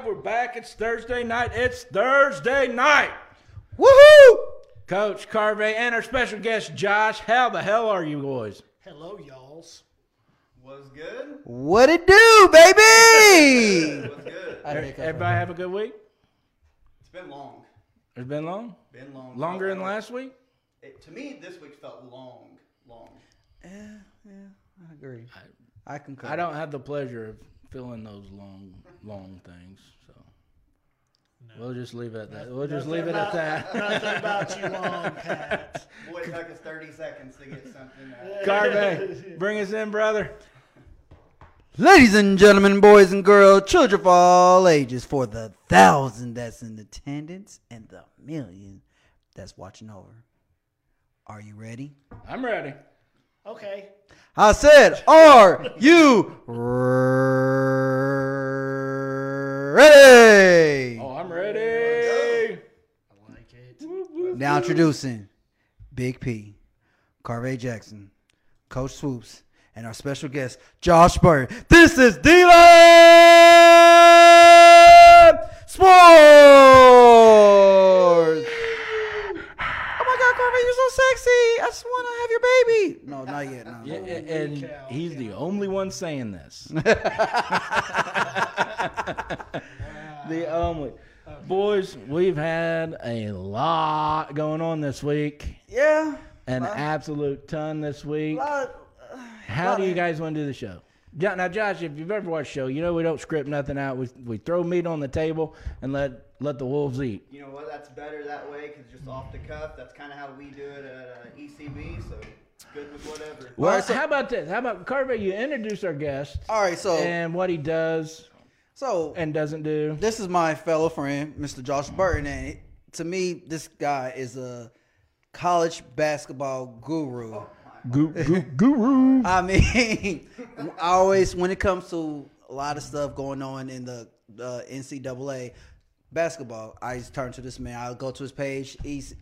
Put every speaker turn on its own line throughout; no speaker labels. It's Thursday night. It's Thursday night.
Woohoo!
Coach Carve and our special guest Josh. How the hell are you boys?
Hello, y'alls.
What's good?
What it do, baby?
What's good?
I think that's
Everybody have a good week?
It's been long.
It's been long?
Been long.
Longer than last week?
It, to me, this week felt long, long.
right. I agree. I, concur.
I don't have the pleasure of filling those long, long things. So we'll just leave it at that. We'll just leave it at that.
Nothing about you, long Pat.
Boy, it took us 30 seconds to get something out.
Carve, bring us in, brother.
Ladies and gentlemen, boys and girls, children of all ages, for the thousand that's in attendance and the million that's watching over. Are you ready?
I'm ready.
Okay.
I said, are you ready?
Oh, I'm ready.
I like it.
Now introducing Big P, Carvey Jackson, Coach Swoops, and our special guest, Josh Bird. This is D-Land Sports! Oh my God, Carvey, you're so sexy. I just want to have your baby. No, not yet. No.
Yeah, and
cow.
he's the only one saying this. the only. Boys, we've had a lot going on this week,
Yeah. Uh,
an absolute ton this week.
lot-
How do you guys want to do the show? Jo- Now, Josh, if you've ever watched the show, you know we don't script nothing out. We, we throw meat on the table and let, let the wolves eat.
You know what? That's better that way because just off the cuff, that's kind of how we do it at uh, ECB. So good with whatever.
Well,
right, so-
how about this? How about Carver? You introduce our guest
All right, so,
and what he does
so
and doesn't do.
this is my fellow friend, Mr. Josh Burton, and it, to me, this guy is a college basketball guru.
Goo, goo, guru.
I mean, I always when it comes to a lot of stuff going on in the uh, NCAA basketball, I just turn to this man. I'll go to his page, he's,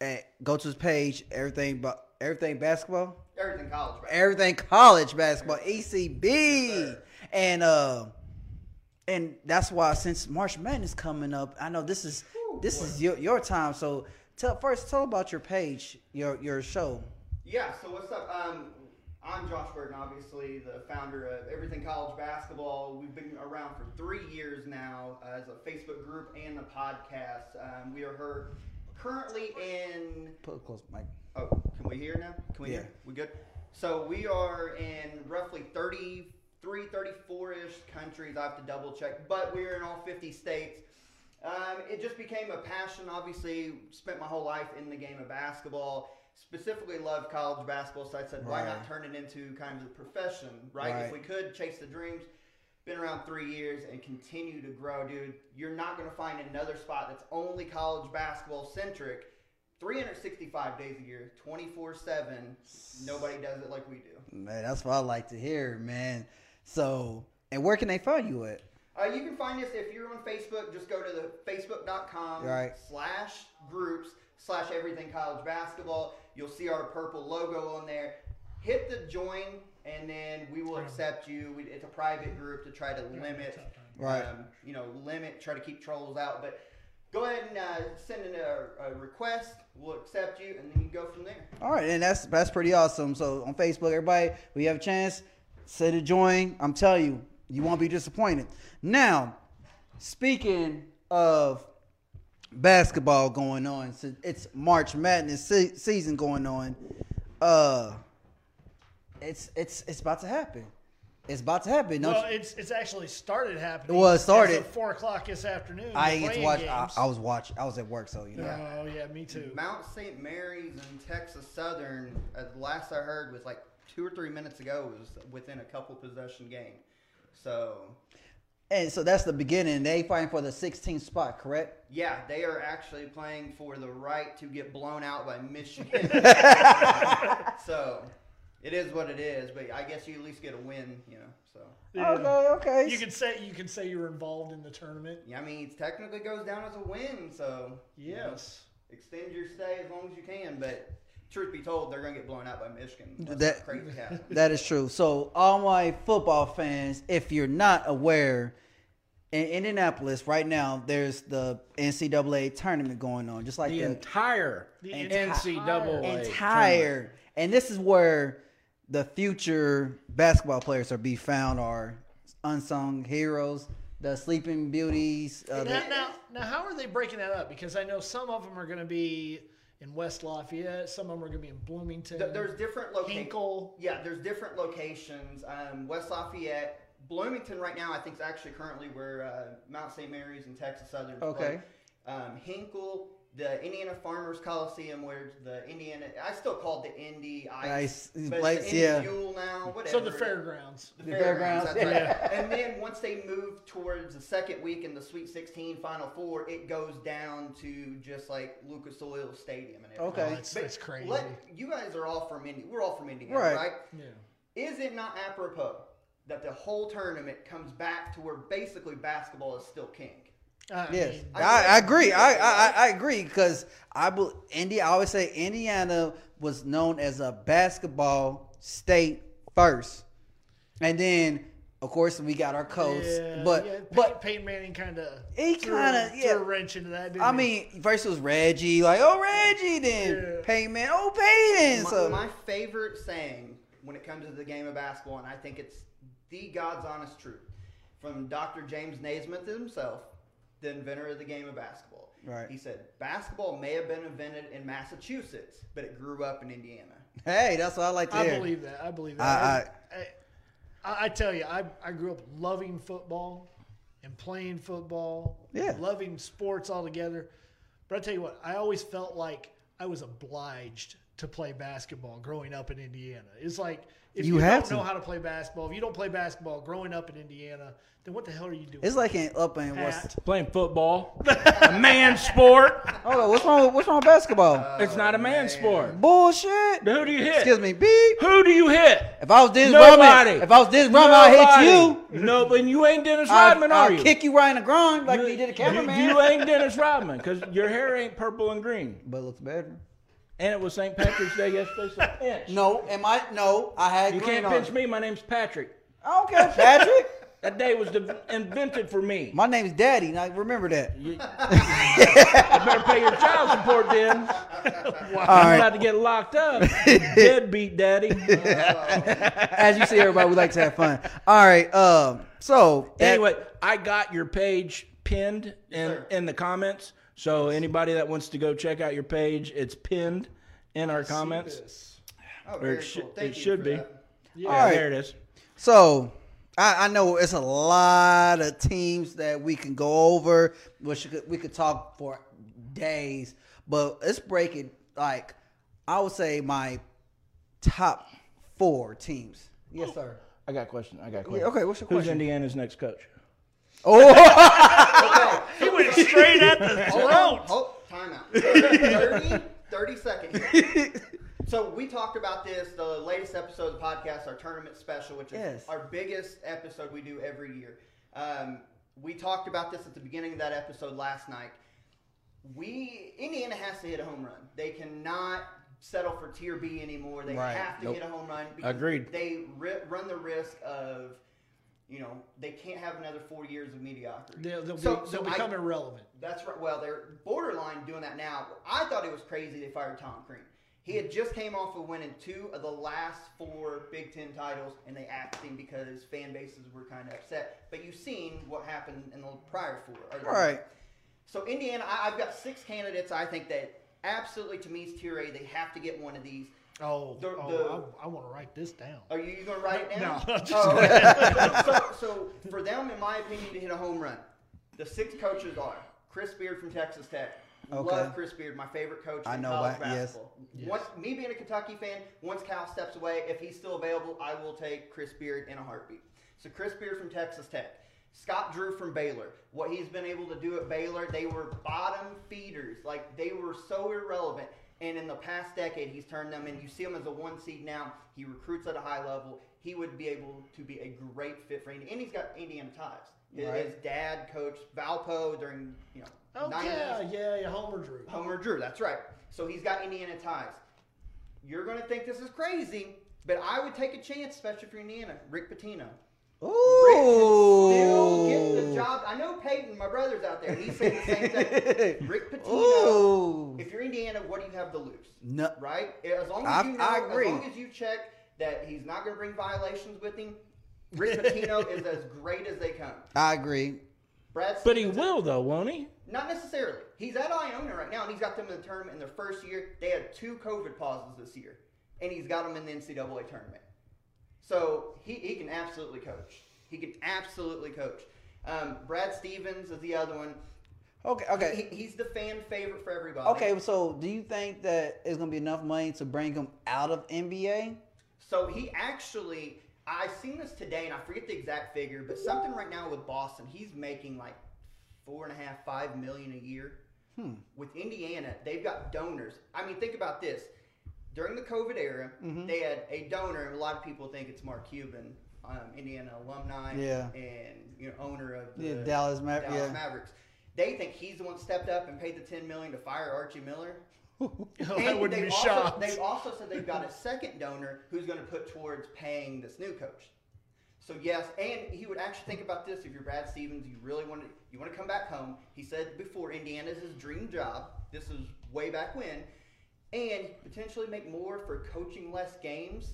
eh, go to his page, everything but everything basketball
Everything college, right?
everything college basketball, ECB, and uh, and that's why since March Madness coming up, I know this is this is your, your time. So tell first, tell about your page, your your show.
Yeah, so what's up? Um, I'm Josh Burton, obviously, the founder of Everything College Basketball. We've been around for three years now uh, as a Facebook group and a podcast. Um, we are her- currently in.
Put it close, Mike.
Oh, can we hear now? Can we
Yeah.
hear? We good? So we are in roughly 33, 34 ish countries. I have to double check, but we're in all 50 states. Um, it just became a passion, obviously. Spent my whole life in the game of basketball. Specifically, loved college basketball, so I said, why
Right.
not turn it into kind of a profession, right?
Right.
If we could chase the dreams, been around three years and continue to grow, dude. You're not going to find another spot that's only college basketball centric. 365 days a year, 24 7. Nobody does it like we do.
Man, that's what I like to hear, man. So, and where can they find you at?
Uh, you can find us if you're on Facebook. Just go to the facebook.com
Right.
slash groups slash everything college basketball. You'll see our purple logo on there. Hit the join, and then we will accept you. We, it's a private group to try to limit,
Right.
Um, you know, limit, try to keep trolls out. But go ahead and uh, send in a, a request. We'll accept you, and then you go from there.
All right, and that's that's pretty awesome. So on Facebook, everybody, we have a chance. Say to join. I'm telling you, you won't be disappointed. Now, speaking of basketball going on, so it's March Madness se- season going on. Uh, it's it's it's about to happen. It's about to happen. Don't
Well,
you-
it's it's actually started happening.
Well, it started.
As of four o'clock this afternoon.
I didn't
the
get to
playing
watch. I,
games.
I was watch. I was at work, so you know.
Oh yeah, me too.
Mount St. Mary's and Texas Southern, as last I heard, was like two or three minutes ago, was within a couple possession game. So,
And so that's the beginning. They fighting for the 16th spot, correct?
yeah, they are actually playing for the right to get blown out by Michigan. so, it is what it is, but I guess you at least get a win, you know. So,
Yeah.
okay.
You can say you can say you're involved in the tournament.
yeah, I mean, it technically goes down as a win, so. you know,
Yes.
extend your stay as long as you can, but truth be told, they're going to get blown out by Michigan. unless
That-
something crazy happens.
That is true. So, all my football fans, if you're not aware, in Indianapolis right now, there's the NCAA tournament going on, just like
The
the,
entire
entire-
NCAA tournament.
entire. And this is where the future basketball players are be found are unsung heroes, the Sleeping Beauties. Uh,
Now,
the,
now, now, how are they breaking that up? Because I know some of them are going to be in West Lafayette, some of them are going to be in Bloomington.
Th- there's different locations.
Hinkle.
Yeah, there's different locations. Um, West Lafayette, Bloomington, right now, I think is actually currently where uh, Mount St. Mary's and Texas Southern. play.
Okay.
Um, Hinkle, the Indiana Farmers Coliseum, where the Indiana, I still call it the Indy Ice,
Ice place,
but it's the Indy
yeah.
Fuel now, whatever.
so the
it is.
fairgrounds.
The
The
fairgrounds,
fairgrounds,
that's right. and then once they move towards the second week in the Sweet 16 Final Four, it goes down to just like Lucas Oil Stadium and everything.
Okay.
Oh, it's,
But
it's crazy.
Let, you guys are all from Indy. We're all from Indiana,
Right.
right.
yeah.
Is it not apropos that the whole tournament comes back to where basically basketball is still king?
I
Yes,
mean,
I, I agree. I I, I- I agree because I bel- Indy. I always say Indiana was known as a basketball state first, and then of course we got our coast.
yeah,
but
yeah, Pey-
but
Peyton Manning kind of
He kinda- yeah.
threw a wrench into that. Didn't
I
he?
mean, first it was Reggie, like oh Reggie, then
Yeah.
Payman, oh Payton.
My,
So
my favorite saying when it comes to the game of basketball, and I think it's the God's honest truth from Dr. James Naismith himself, the inventor of the game of basketball.
Right.
He said, Basketball may have been invented in Massachusetts, but it grew up in Indiana.
hey, that's what I like to
I
hear.
believe that. I believe that.
I-
I, I, I tell you, I, I grew up loving football and playing football,
Yeah.
loving sports altogether. But I tell you what, I always felt like I was obliged to play basketball growing up in Indiana. It's like if
You
you,
had
don't
to.
know how to play basketball, if you don't play basketball growing up in Indiana, then what the hell are you doing?
It's like in up in
At-
what's
Playing football, a man sport.
hold on, what's wrong? with- What's wrong with basketball?
Uh,
It's not a
Oh,
man sport.
Bullshit.
Who do you hit?
Excuse me, beep.
Who do you hit?
If I was Dennis
Nobody.
Rodman, if I was Dennis Rodman, I'd hit you.
Nobody. No, but you ain't Dennis Rodman,
I'll,
are
I'll
you?
kick you right in the ground like
You-
he did a
you-
cameraman.
You, ain't Dennis Rodman because your hair ain't purple and green.
but it looks better.
And it was St. Patrick's Day yesterday. So pinch.
No, am I? No, I had
you
green
can't
on.
pinch me. My name's Patrick.
I don't care, Patrick.
That day was de- invented for me.
My name's Daddy. Now remember that.
you, you better pay your child support then. I'm
right.
about to get locked up. Deadbeat daddy.
As you see, everybody, we like to have fun. All right. Um. So that-
anyway, I got your page pinned in,
sir.
in the comments. So anybody that wants to go check out your page, it's pinned in our comments.
Yes.
Oh,
it
very
should-
cool. Thank
it
you
should
for
be.
that.
Yeah,
All right.
there it is.
So I, I know it's a lot of teams that we can go over, which we could, we could talk for days. But let's break it. Like I would say, my top four teams. Yes, sir.
I got a question. I got a question.
Yeah, okay, what's your
Who's
question?
Indiana's next coach?
Oh,
He went straight at the
Hold on.
throat.
Hold, time out. 30, 30 seconds. So we talked about this, the latest episode of the podcast, our tournament special, which is
Yes.
our biggest episode we do every year. Um, we talked about this at the beginning of that episode last night. We Indiana has to hit a home run. They cannot settle for tier B anymore. They
Right.
have to
Nope.
hit a home run. because
Agreed.
They ri- run the risk of, you know, they can't have another four years of mediocrity.
They'll, they'll,
So-
be,
so
they'll
I-
become irrelevant.
that's right. Well, they're borderline doing that now. I thought it was crazy they fired Tom Crean. He had just came off of winning two of the last four Big Ten titles, and they axed him because fan bases were kind of upset. But you've seen what happened in the prior four. or-
right.
So Indiana, I, I've got six candidates. I think that absolutely to me is tier A. They have to get one of these.
Oh,
The-
oh
the-
I, I want to write this down.
Are you, going to write it down?
No, I'm just
Oh, okay. so, so for them, in my opinion, to hit a home run, the six coaches are Chris Beard from Texas Tech.
Okay.
Love Chris Beard, my favorite coach.
I
in
know
college
that, yes.
basketball. Once, me being a Kentucky fan, once Cal steps away, if he's still available, I will take Chris Beard in a heartbeat. So Chris Beard from Texas Tech. Scott Drew from Baylor. What he's been able to do at Baylor, they were bottom feeders. Like they were so irrelevant. And in the past decade, he's turned them in. You see him as a one seed now. He recruits at a high level. He would be able to be a great fit for Indiana. And he's got Indiana ties. His,
Right.
his dad coached Valpo during, you know,
Oh
nine
yeah, yeah, yeah, Homer Drew.
Homer Drew, that's right. So he's got Indiana ties. You're going to think this is crazy, but I would take a chance, especially for Indiana. Rick Pitino. Rick can still get the
Ooh.
job. I know Peyton, my brother's out there. He said the same thing. Rick Pitino.
Ooh.
If you're Indiana, what do you have to lose?
No.
Right? As long as
I-
you know,
I agree.
as long as you check that he's not going to bring violations with him, Rick Pitino is as great as they come.
I agree.
Brad,
But he
Stevens-
will though, won't he?
not necessarily. He's at Iona right now, and he's got them in the tournament in their first year. They had two COVID pauses this year, and he's got them in the NCAA tournament. So he, he can absolutely coach. He can absolutely coach. Um, Brad Stevens is the other one.
Okay, okay.
He, he's the fan favorite for everybody.
Okay, so do you think that it's gonna be enough money to bring him out of NBA?
So he actually, I seen this today, and I forget the exact figure, but something right now with Boston, he's making like four and a half, five million a year.
Hmm.
With Indiana, they've got donors. I mean, think about this. During the COVID era,
Mm-hmm.
they had a donor, and a lot of people think it's Mark Cuban, um, Indiana alumni,
Yeah.
and you know, owner of the
Yeah, Dallas Ma-
Dallas
yeah.
Mavericks. They think he's the one stepped up and paid the ten million to fire Archie Miller.
I
And
wouldn't
they've
be
also,
shocked.
They've also said they've got a second donor who's going to put towards paying this new coach. So yes, and he would actually think about this if you're Brad Stevens, you really want to you want to come back home. He said before Indiana's his dream job. This is way back when, and potentially make more for coaching less games.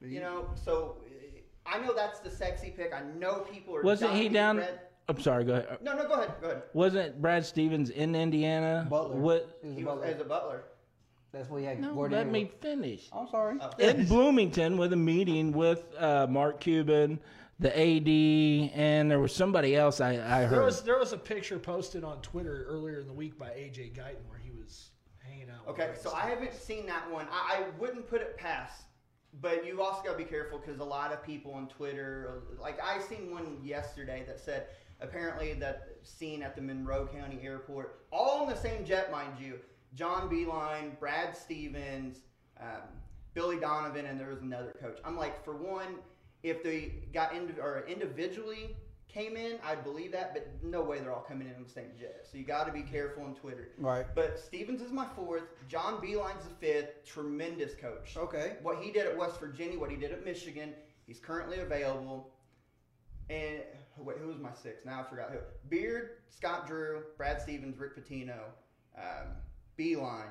You know, so eh, I know that's the sexy pick. I know people are.
Wasn't
dying
he
to get
down?
Brad-
I'm sorry. Go ahead.
No, no, go ahead, go ahead.
Wasn't Brad Stevens in Indiana?
Butler.
What?
He was a
He was
Butler.
as a butler.
That's what he had.
No,
Gordon
let
Hayward.
me finish.
I'm sorry.
Oh.
in Bloomington with a meeting with uh, Mark Cuban, the AD, and there was somebody else I, I
Uh-huh.
There
heard.
was there was a picture posted on Twitter earlier in the week by AJ Guyton where he was hanging out. with
Okay,
Brad
so I haven't seen that one. I, I wouldn't put it past, but you also got to be careful because a lot of people on Twitter, like I seen one yesterday that said apparently that scene at the Monroe County Airport, all in the same jet, mind you. John Beeline, Brad Stevens, um, Billy Donovan, and there was another coach. I'm like, for one, if they got indi- or individually came in, I'd believe that, but no way they're all coming in on the same jet. So you got to be careful on Twitter.
Right.
But Stevens is my fourth. John Beeline's the fifth. Tremendous coach.
Okay.
What he did at West Virginia, what he did at Michigan, he's currently available. And wait, who was my sixth? Now I forgot who. Beard, Scott Drew, Brad Stevens, Rick Pitino, um, Beeline.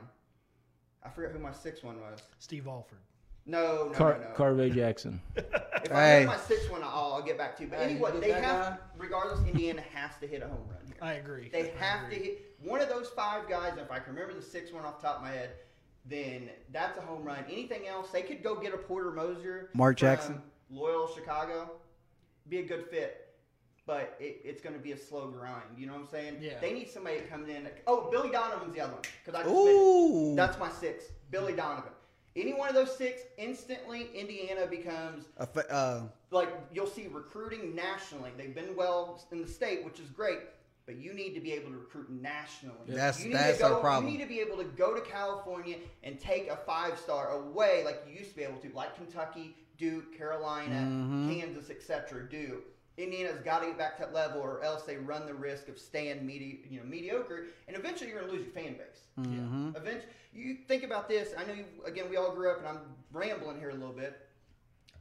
I forgot who my sixth one was.
Steve Alford.
No, no,
Car-
no, no.
Carvey Jackson.
If I
Hey.
remember my sixth one, I'll, I'll get back to you. But
Hey, you
anyway,
get
they
that
have,
guy?
regardless, Indiana has to hit a home run here.
I agree.
They
I
have to
agree.
hit one of those five guys. If I can remember the sixth one off the top of my head, then that's a home run. Anything else, they could go get a Porter Mosier,
Mark
from
Jackson.
Loyal Chicago, be a good fit. But it, it's going to be a slow grind. You know what I'm saying?
Yeah.
They need somebody coming in. that- Oh, Billy Donovan's the other one because I just
Ooh.
mentioned- that's my six, Billy Donovan. Any one of those six, instantly Indiana becomes
A fa- uh,
like you'll see recruiting nationally. They've been well in the state, which is great, but you need to be able to recruit nationally.
That's-
you need to
that's
go,
our problem.
You need to be able to go to California and take a five star away, like you used to be able to, like Kentucky, Duke, Carolina,
Mm-hmm.
Kansas, etc. Do Indiana's got to get back to that level, or else they run the risk of staying medi- you know, mediocre, and eventually you're going to lose your fan base.
Mm-hmm.
Eventually, you think about this. I know you, again we all grew up, and I'm rambling here a little bit.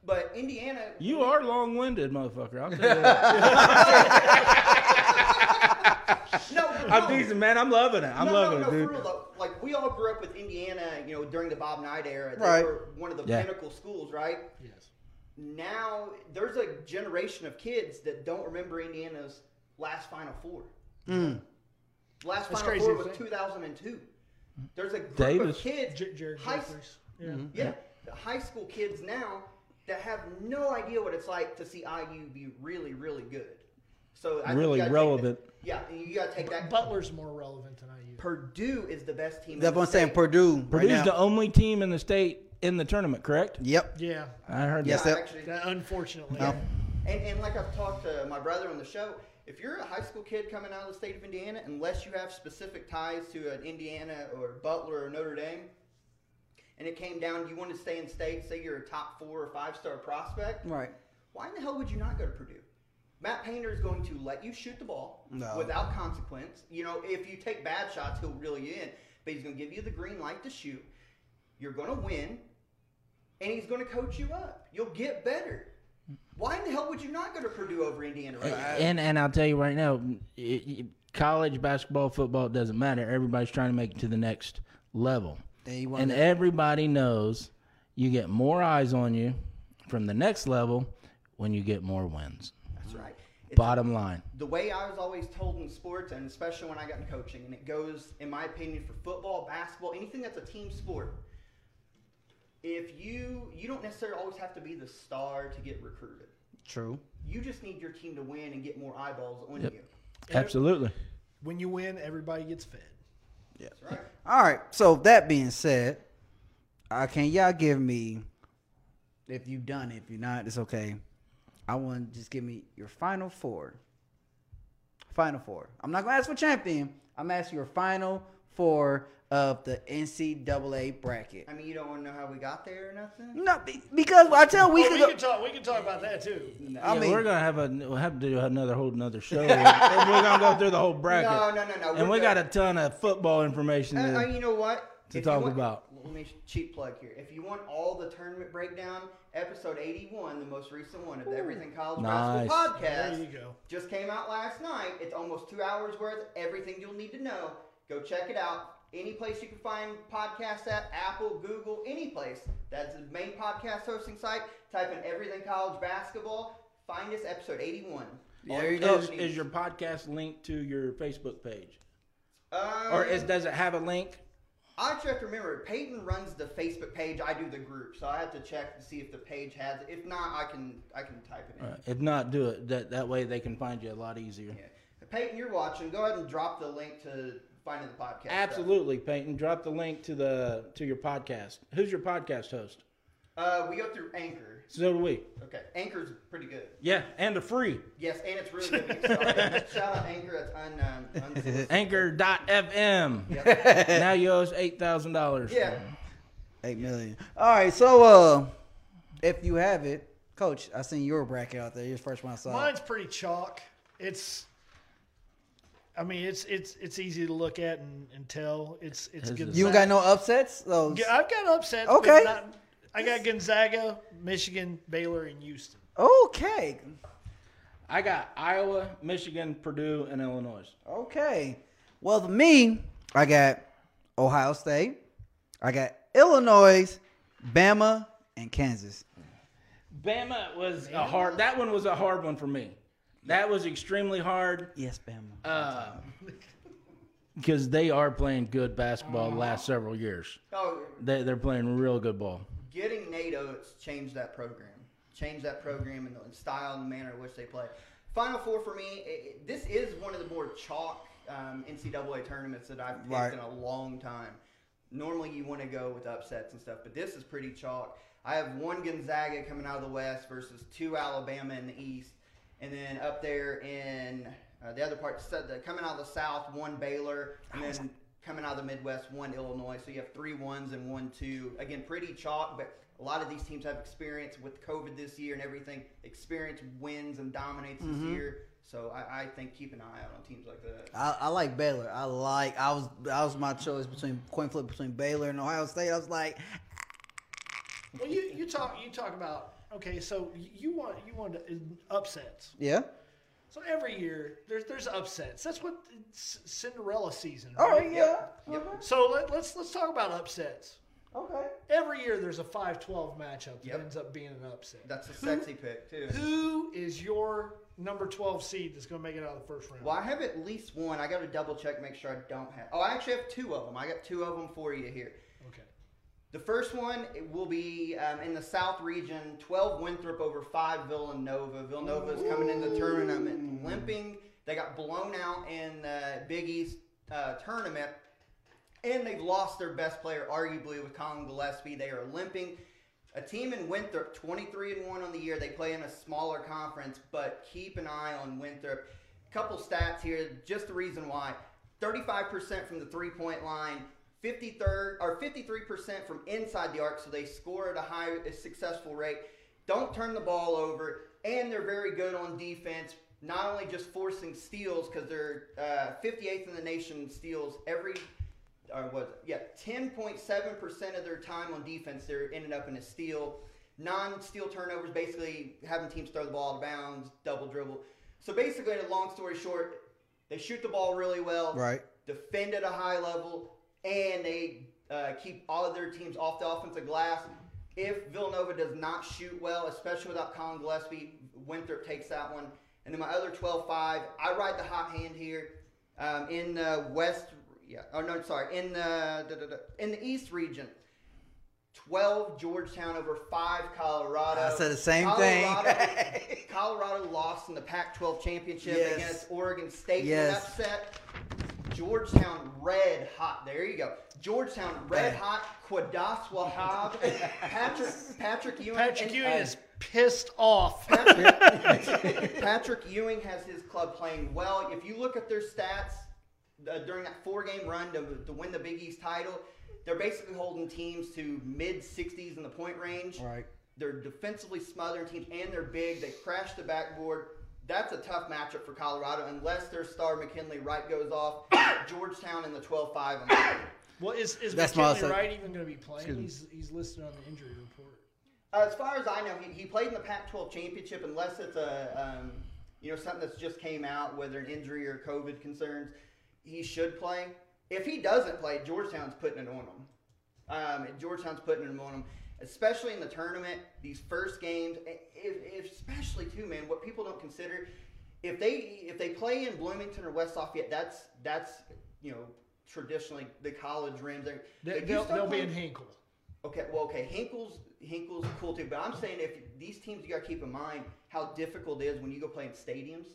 But Indiana,
You are long-winded, motherfucker. I'll tell you that.
no,
I'm
no.
decent, man. I'm loving it. I'm
no,
loving
no,
it,
no,
dude.
for real though. Like we all grew up with Indiana, you know, during the Bob Knight era. They
Right.
were one of the
Yeah.
pinnacle schools, right?
Yes.
Now there's a generation of kids that don't remember Indiana's last Final Four. Mm. Last
That's
Final
crazy
Four
to
was
think.
2002. There's a group
Davis.
of kids,
J- Jared
high,
Jeffries. Yeah.
Mm-hmm.
yeah, the high school kids now that have no idea what it's like to see IU be really, really good. So I think you
Really
gotta take that-
relevant.
yeah, and you got to take that.
Butler's more relevant than I used.
Purdue is the best team. in
that's
the
what I'm saying.
state.
Purdue. right
Purdue's
now.
the only team in the state in the tournament, correct?
Yep.
Yeah.
I heard
Yes,
that.
sir.
Yeah, actually,
That, unfortunately.
No.
And, and like I've talked to my brother on the show, if you're a high school kid coming out of the state of Indiana, unless you have specific ties to an Indiana or Butler or Notre Dame, and it came down, you want to stay in state, say you're a top four or five star prospect,
Right.
why in the hell would you not go to Purdue? Matt Painter is going to let you shoot the ball
No.
without consequence. You know, if you take bad shots, he'll reel you in, but he's going to give you the green light to shoot. You're going to win, and he's going to coach you up. You'll get better. Why in the hell would you not go to Purdue over Indiana? Right now?
And and I'll tell you right now, it, it- college basketball, football it doesn't matter. Everybody's trying to make it to the next level,
They want
and everybody knows you get more eyes on you from the next level when you get more wins.
That's right. It's
Bottom line,
the way I was always told in sports, and especially when I got in coaching, and it goes, in my opinion, for football, basketball, anything that's a team sport. If you you don't necessarily always have to be the star to get recruited.
true.
You just need your team to win and get more eyeballs on you.
absolutely.
When you win, everybody gets fed.
That's right.
All right. So that being said, I can y'all give me if you've done it. If you're not, it's okay. I want just give me your final four. Final four. I'm not gonna ask for champion. I'm asking your final four of the NCAA bracket.
I mean, you don't want to know how we got there or nothing.
No, be- because I tell we
Oh,
could.
we
go-
can talk. We can talk about that too.
I
Yeah,
mean,
we're gonna have a we'll have to do another whole another show. we're gonna go through the whole bracket.
No, no, no, no.
And
We're
we got a
good.
ton of football information.
Uh, uh,
to-
you know what?
Mm-hmm. to
If you
talk
want-
about.
Let me cheap plug here. If you want all the tournament breakdown, episode eighty-one, the most recent one of the Everything College
Nice.
Basketball Podcast.
There you go.
Just came out last night. It's almost two hours worth. Everything you'll need to know. Go check it out. Any place you can find podcasts at Apple, Google, any place. That's the main podcast hosting site. Type in Everything College Basketball. Find us episode 81. All
There you go.
ever
is,
need.
Oh, is your podcast linked to your Facebook page,
Um,
or is, does it have a link?
I actually have to remember. Peyton runs the Facebook page. I do the group, so I have to check to see if the page has. If not, I can I can type it in.
Uh, if not, do it. That that way they can find you a lot easier.
Yeah. Peyton, you're watching. Go ahead and drop the link to finding the podcast. stuff.
Absolutely, Peyton. Drop the link to the to your podcast. Who's your podcast host?
Uh, we go through Anchor.
So do we.
Okay, Anchor's pretty good.
Yeah, and a free
Yes, and it's really good. Sorry. Shout out Anchor. It's un, um, unsolicited.
Anchor.fm.
Yep.
now you owe us eight thousand dollars.
Yeah.
Eight million. All right, so uh, if you have it, Coach, I seen your bracket out there. Your first one I saw.
Mine's pretty chalk. It's. I mean, it's it's it's easy to look at and, and tell. It's it's
His
good.
is-
you ain't got no upsets. So
Yeah, I've got upset.
Okay.
I got Gonzaga, Michigan, Baylor, and Houston.
okay,
I got Iowa, Michigan, Purdue, and Illinois.
okay. Well, to me, I got Ohio State, I got Illinois, Bama, and Kansas.
Bama was a hard. That one was a hard one for me. That was extremely hard uh,
Yes, Bama.
because they are playing good basketball the last several years.
Oh,
They they're playing real good ball.
getting Nate Oates changed that program. Changed that program and the and style and manner in which they play. Final four for me. i i- this is one of the more chalk um, NCAA tournaments that I've picked
Right.
in a long time. Normally, you want to go with upsets and stuff, but this is pretty chalk. I have one Gonzaga coming out of the West versus two Alabama in the East, and then up there in uh, the other part, so the, coming out of the South, one Baylor, and then coming out of the Midwest, one Illinois. So you have three ones and one two. Again, pretty chalk, but a lot of these teams have experience with COVID this year and everything. Experience wins and dominates this year. So I, I think keep an eye out on teams like that.
I, I like Baylor. I like. I was. I was my choice between coin flip between Baylor and Ohio State. I was like,
Well, you, you talk you talk about okay. So you want you want uh, upsets.
yeah.
So every year there's there's upsets. That's what it's Cinderella season.
All
right?
right, yeah.
Yep.
So let, let's let's talk about upsets.
Okay.
Every year there's a 5-12 matchup that
Yep.
ends up being an upset.
That's a sexy pick too.
Who is your number 12 seed that's going to make it out of the first round?
Well, I have at least one. I got to double check, make sure I don't have. Oh, I actually have two of them. I got two of them for you here.
Okay.
The first one it will be um, in the South region, 12 Winthrop over 5 Villanova. Villanova's coming in the tournament limping. They got blown out in the Big East uh, tournament, and they've lost their best player, arguably, with Colin Gillespie. They are limping. A team in Winthrop, 23 and 1 on the year. They play in a smaller conference, but keep an eye on Winthrop. Couple stats here, just the reason why. 35% from the three point line, 53rd or 53% from inside the arc, so they score at a high a successful rate. Don't turn the ball over, and they're very good on defense. Not only just forcing steals because they're uh, 58th in the nation in steals every, or was it? yeah, 10.7% of their time on defense they're ended up in a steal. non-steal turnovers, basically having teams throw the ball out of bounds, double dribble. So basically, in a long story short, they shoot the ball really well,
Right.
Defend at a high level, and they uh, keep all of their teams off the offensive glass. If Villanova does not shoot well, especially without Colin Gillespie, Winthrop takes that one. And then my other 12-5, I ride the hot hand here um, in the West. Yeah, oh no, sorry, in the da, da, da, in the East region. 12 Georgetown over 5 Colorado.
I said the same thing.
Colorado- Colorado lost in the Pac 12 championship
Yes.
against Oregon State in an
Yes.
upset. Georgetown red hot. There you go. Georgetown red hot. Quadas Wahab. Patrick Patrick Ewing.
Patrick
and-
Ewing is pissed off.
Patrick, Patrick Ewing has his club playing well. If you look at their stats uh, during that four-game run to, to win the Big East title, they're basically holding teams to mid 60s in the point range.
Right.
They're defensively smothering teams, and they're big. They crash the backboard. That's a tough matchup for Colorado unless their star McKinley Wright goes off. Georgetown in the 12-5. on-
Well, is is
That's my
McKinley
second-
Wright even going to be playing?
me.
He's he's listed on the injury report.
As far as I know, he, he played in the Pac-12 championship, unless it's a um, you know something that's just came out, whether an injury or COVID concerns. He should play. If he doesn't play, Georgetown's putting it on him. Um, and Georgetown's putting it on him, especially in the tournament. These first games, i- if, if- especially too, man. What people don't consider, if they if they play in Bloomington or West Lafayette, that's that's you know traditionally the college rims. They,
They,
if you
will
start
they'll be in
playing-
Hinkle.
Okay, well, okay, Hinkle's Hinkle's cool too, but I'm saying if these teams, you gotta keep in mind how difficult it is when you go play in stadiums,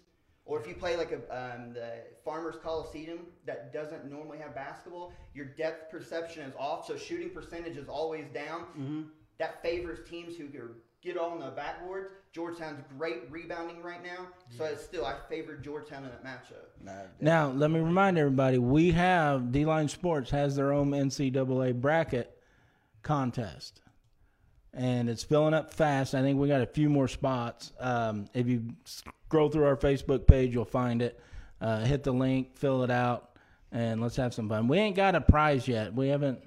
or if you play like a um, the Farmers Coliseum that doesn't normally have basketball, your depth perception is off, so shooting percentage is always down. That favors teams who are get on the backboards. Georgetown's great rebounding right now, so it's still I favor Georgetown in that matchup.
Nah,
Now, let me remind everybody, we have D Line Sports has their own NCAA bracket contest. And it's filling up fast. I think we got a few more spots. Um, if you scroll through our Facebook page, you'll find it. Uh, hit the link, fill it out, and let's have some fun. We ain't got a prize yet. We haven't.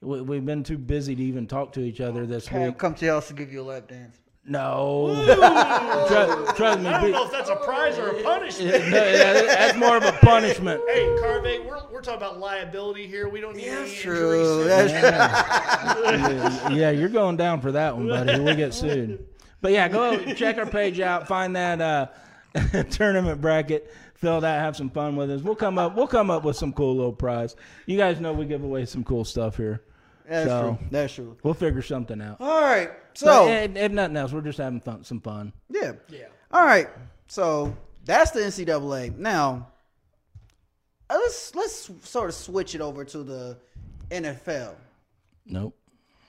We, we've been too busy to even talk to each other this
Have him
week.
come to your house to give you a lap dance.
No, Tru- trust me.
I don't
be-
know if that's a prize or a punishment.
no, that's more of a punishment.
Hey, Carvey, we're, we're talking about liability here. We don't need any
That's
injuries.
true. That's
yeah, yeah, you're going down for that one, buddy. We get sued. But yeah, go check our page out, find that uh, tournament bracket, fill that, have some fun with us. We'll come up, we'll come up with some cool little prize. You guys know we give away some cool stuff here.
That's
So-
true. That's true.
We'll figure something out.
All right.
So,
So
if, if nothing else, we're just having fun, some fun.
yeah.
Yeah.
All right. So that's the NCAA. Now uh, let's let's sort of switch it over to the NFL.
Nope,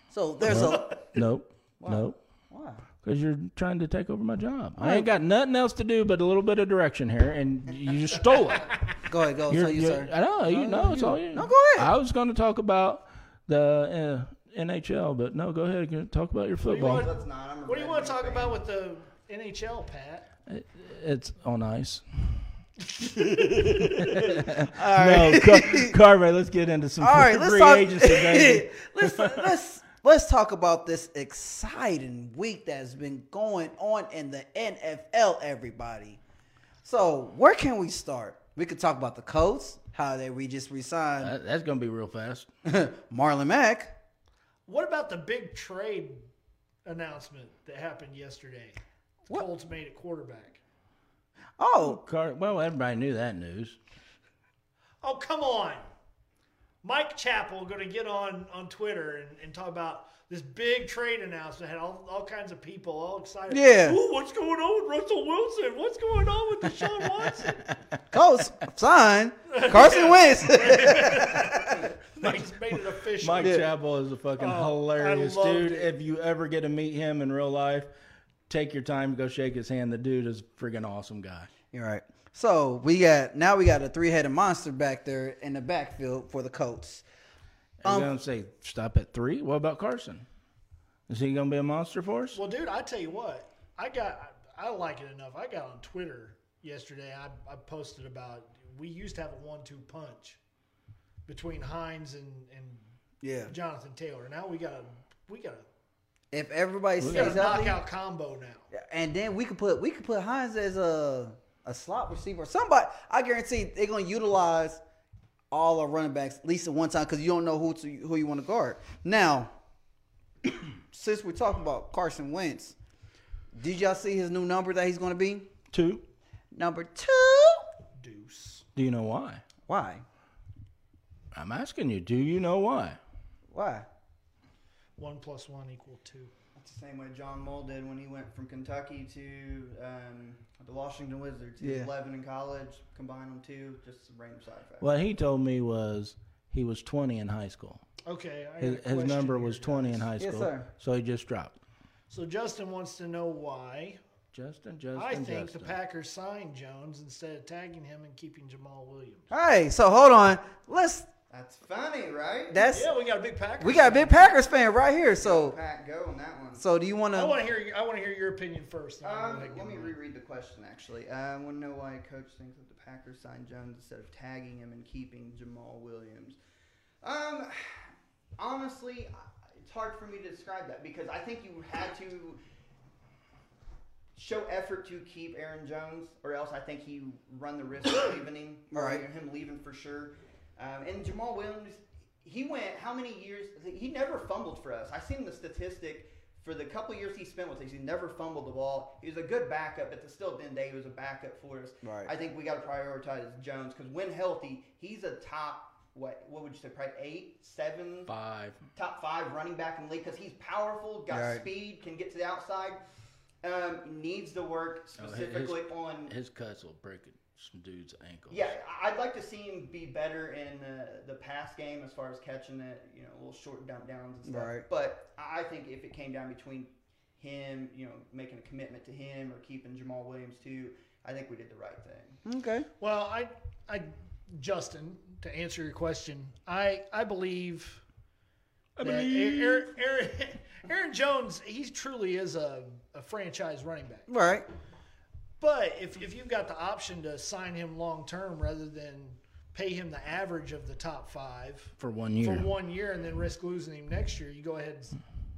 So there's
Uh-huh.
a
nope, nope.
wow.
Because you're trying to take over my job. I ain't got nothing else to do but a little bit of direction here, and you just stole it.
Go ahead, go.
You're,
so you
you're,
sir.
I know, you know, it's all you.
No, go ahead.
I was going to talk about the uh, NHL, but no, go ahead. and Talk about your football.
That's not. I'm a
What do you
Red
want
Wing
to talk
fan.
about with the NHL, Pat?
It's on ice. No, Car- Carvey, let's get into some
All right. Let's
free
talk.
agency, baby.
let's let's let's talk about this exciting week that's been going on in the NFL. Everybody. So where can we start? We could talk about the Colts, how they we just resigned
That- Uh, that's going to be real fast.
Marlon Mack.
What about the big trade announcement that happened yesterday? The
What?
Colts made a quarterback.
Oh,
Car- well, everybody knew that news.
Oh, come on. Mike Chappell going to get on, on Twitter and, and talk about this big trade announcement. Had all, all kinds of people all excited.
Yeah.
Ooh, what's going on with Russell Wilson? What's going on with Deshaun Watson?
Colts sign Carson Wentz.
they just made it official.
Mike Chappell is a fucking
Oh, I
hilarious
loved
dude.
it.
If you ever get to meet him in real life, take your time, go shake his hand. The dude is a freaking awesome guy.
You're right. So we got now we got a three headed monster back there in the backfield for the Colts.
Are
Um,
you going to say stop at three? What about Carson? Is he going to be a monster for us?
Well, dude, I tell you what, I got, I, I like it enough. I got on Twitter yesterday. I, I posted about we used to have a one-two punch between Hines and and
Yeah.
Jonathan Taylor. Now we got a we got a
If everybody
We got
stays
a
healthy,
knockout combo now.
and then we could put we could put Hines as a a slot receiver. Somebody, I guarantee they're gonna utilize all our running backs at least at one time because you don't know who to who you want to guard. Now, since we're talking about Carson Wentz, did y'all see his new number that he's gonna be
Two.
number two?
Deuce.
Do you know why?
Why?
I'm asking you. Do you know why?
Why?
One plus one equal two.
That's the same way John Mull did when he went from Kentucky to um, the Washington Wizards. He
Yeah.
was 11 in college, combined them two, just some random side effect.
What he told me was he was 20 in high school.
Okay. I got a
His, his
question
number
here,
was 20 in
guys.
high school.
Yes, sir.
So he just dropped.
So Justin wants to know why
Justin, Justin,
I think
Justin.
the Packers signed Jones instead of tagging him and keeping Jamal Williams.
Hey, so hold on. Let's.
That's funny, right?
That's
Yeah, we got a big Packers.
we got a
fan.
big Packers fan right here. So
Pat, go on that one.
so do you want
I want
to?
to hear. I want to hear your opinion first. then I'm
Um,
gonna give
let me
mine.
reread the question, actually. Uh, I want to know why a coach thinks that the Packers signed Jones instead of tagging him and keeping Jamal Williams. Um, honestly, I- it's hard for me to describe that because I think you had to show effort to keep Aaron Jones, or else I think he run the risk of leaving him, or
Right.
him leaving for sure. Um, and Jamal Williams, he went how many years? He never fumbled for us. I seen the statistic for the couple years he spent with us. He never fumbled the ball. He was a good backup, but still, at the end of the day, he was a backup for us.
Right.
I think we got to prioritize Jones because when healthy, he's a top. What, what would you say? Probably eight, seven,
Five.
top five running back in the league because he's powerful, got
Right.
speed, can get to the outside. Um, needs to work
Oh, his-
specifically on.
His cuts will break some dude's ankles.
yeah, I- I'd like to see him be better in uh, the pass game as far as catching it, you know, little short dump downs and stuff.
Right.
But I I think if it came down between him, you know, making a commitment to him or keeping Jamal Williams too, I think we did the right thing.
Okay.
Well, I, I, Justin, to answer your question, I, I believe. I
believe.
Aaron, Aaron, Aaron Jones, he truly is a, a franchise running back.
All right.
But if, if you've got the option to sign him long term rather than pay him the average of the top five
For one year.
for one year and then risk losing him next year, you go ahead and s-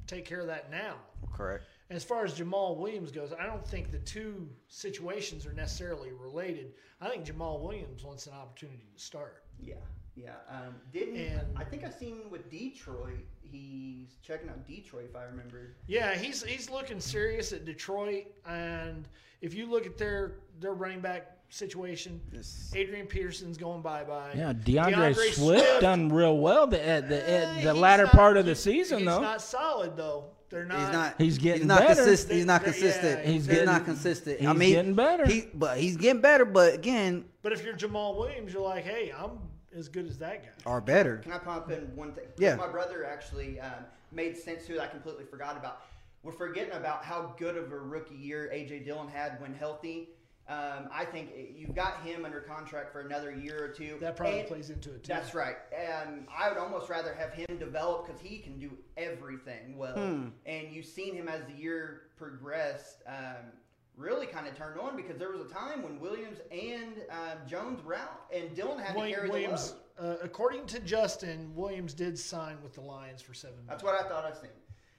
take care of that now.
Correct.
As far as Jamal Williams goes, I don't think the two situations are necessarily related. I think Jamal Williams wants an opportunity to start.
Yeah, yeah. Um, didn't
And-
I think I seen with Detroit? He's checking out Detroit if I remember.
Yeah, he's he's looking serious at Detroit, and if you look at their their running back situation,
Yes.
Adrian Peterson's going bye bye.
Yeah, DeAndre, Swift, done real well the, at the, at the latter part of the season,
Uh, he's
though.
not solid though. They're not.
He's not.
He's getting
He's not
better.
consistent. He's not
They're- yeah,
consistent.
he's
he's
getting-
not consistent. I
he's
mean,
getting better.
He, but he's getting better. But again,
But if you're Jamal Williams, you're like, hey, I'm as good as that guy.
are better.
Can I pop in one thing? 'Cause
Yeah.
My brother actually um, made sense to it. I completely forgot about. We're forgetting about how good of a rookie year AJ Dillon had when healthy. Um, I think you've got him under contract for another year or two.
That probably
And-
plays into it too.
That's right. Um, I would almost rather have him develop because he can do everything well.
Hmm.
And you've seen him as the year progressed, um, really kind of turned on because there was a time when Williams and um, Jones were out, and Dillon had to
William,
carry
Williams,
the load.
uh, according to Justin, Williams did sign with the Lions for seven.
That's
Million.
what I thought I seen.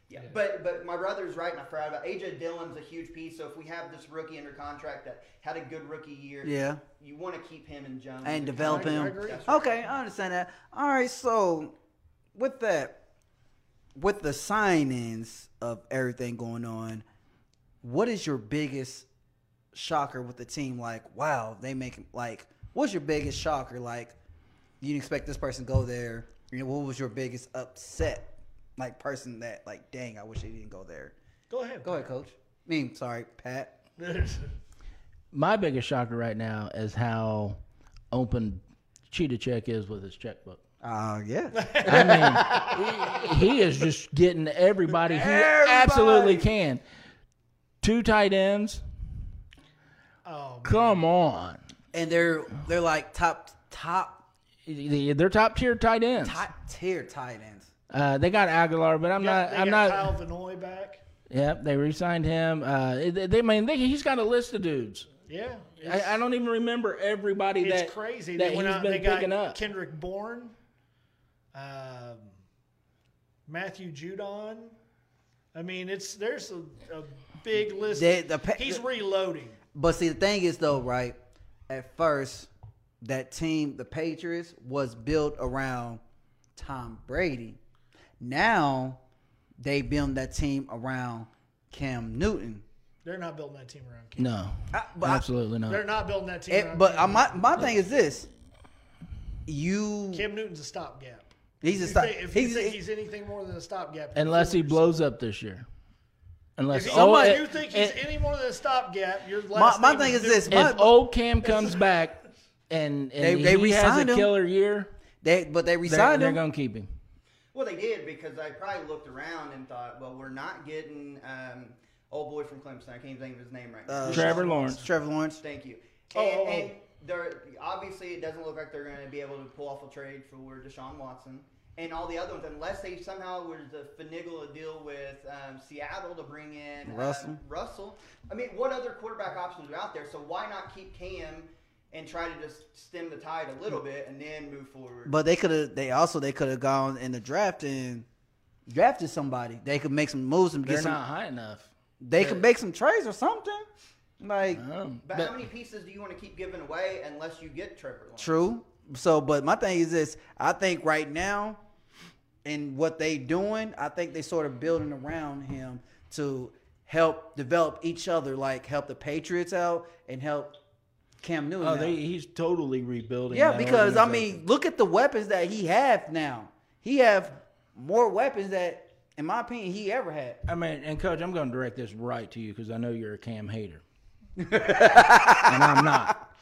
Yeah,
Yeah.
but but my brother's right, and I forgot about AJ Dillon's a huge piece. So if we have this rookie under contract that had a good rookie year,
Yeah.
you want to keep him and Jones
And
under
develop
contract.
I
him. Oh.
agree.
That's right.
Okay, I understand that. All right. So, with that, with the sign-ins of everything going on, what is your biggest shocker with the team? Like, wow, they make like. What's your biggest shocker? Like, you didn't expect this person to go there. You know, what was your biggest upset? Like, person that like, dang, I wish they didn't go there.
Go ahead.
Go ahead, coach. I mean, sorry, Pat.
My biggest shocker right now is how open Cheetah Check is with his checkbook.
Uh, yeah.
I mean, he is just getting everybody he absolutely can. Two tight ends.
Oh,
Come on.
and they're they're like top top
They're top tier tight ends.
top tier tight ends.
Uh, they got Aguilar, but I'm
Yeah,
not.
they
I'm
got
not.
Kyle Vanoy back.
Yep, they re-signed him. Uh, they, they I mean they, he's got a list of dudes.
Yeah, it's,
I, I don't even remember everybody
it's
that
crazy.
that
they went
he's
out.
been
they
picking
got
up.
Kendrick Bourne, um, Matthew Judon. I mean, it's there's a, a big list.
They- the pa-
He's reloading.
But see, the thing is though, right? At first, that team, the Patriots, was built around Tom Brady. Now, they build that team around Cam Newton.
They're not building that team around. Cam.
No,
I- but I-
absolutely
They're
not.
not building that team.
It-
around
but
Cam
uh, my
Newton.
my thing is this: you,
Cam Newton's a stopgap.
he's a
If you
stop.
think- If you
He's,
think
a,
he's anything more than a stopgap,
Unless he
you're-
blows up this year. Unless
If, he,
oh,
if
it-
you think he's
it-
any more than a stopgap, your
my,
last
my
name
thing is
Newton.
this: my,
if old Cam comes back and, and
They- they
he has
re-signed
a
him.
killer year,
they, but they
they're,
resigned
they're
him.
gonna keep him.
Well, they did because I probably looked around and thought, well, we're not getting um, old boy from Clemson. I can't even think of his name right now.
Uh,
Trevor Lawrence.
Trevor Lawrence.
Thank you. And,
Oh, oh, oh.
and they're, obviously, it doesn't look like they're going to be able to pull off a trade for Deshaun Watson and all the other ones, unless they somehow were to finagle a deal with um, Seattle to bring in um,
Russell.
Russell. I mean, what other quarterback options are out there? So why not keep Cam and try to just stem the tide a little bit and then move forward?
But they could have. They also they could have gone in the draft and drafted somebody. They could make some moves and
They're
get some.
not high enough.
They could make some trades or something. Like
Um,
but,
but-
how many pieces do you want to keep giving away unless you get Trevor Lawrence?
true. So, but my thing is this: I think right now, and what they doing, I think they sort of building around him to help develop each other, like help the Patriots out and help Cam Newton.
oh,
out.
they, he's totally rebuilding.
Yeah,
that
because I
organization.
mean, look at the weapons that he have now. He have more weapons that, in my opinion, he ever had.
I mean, and coach, I'm going to direct this right to you because I know you're a Cam hater, and I'm not.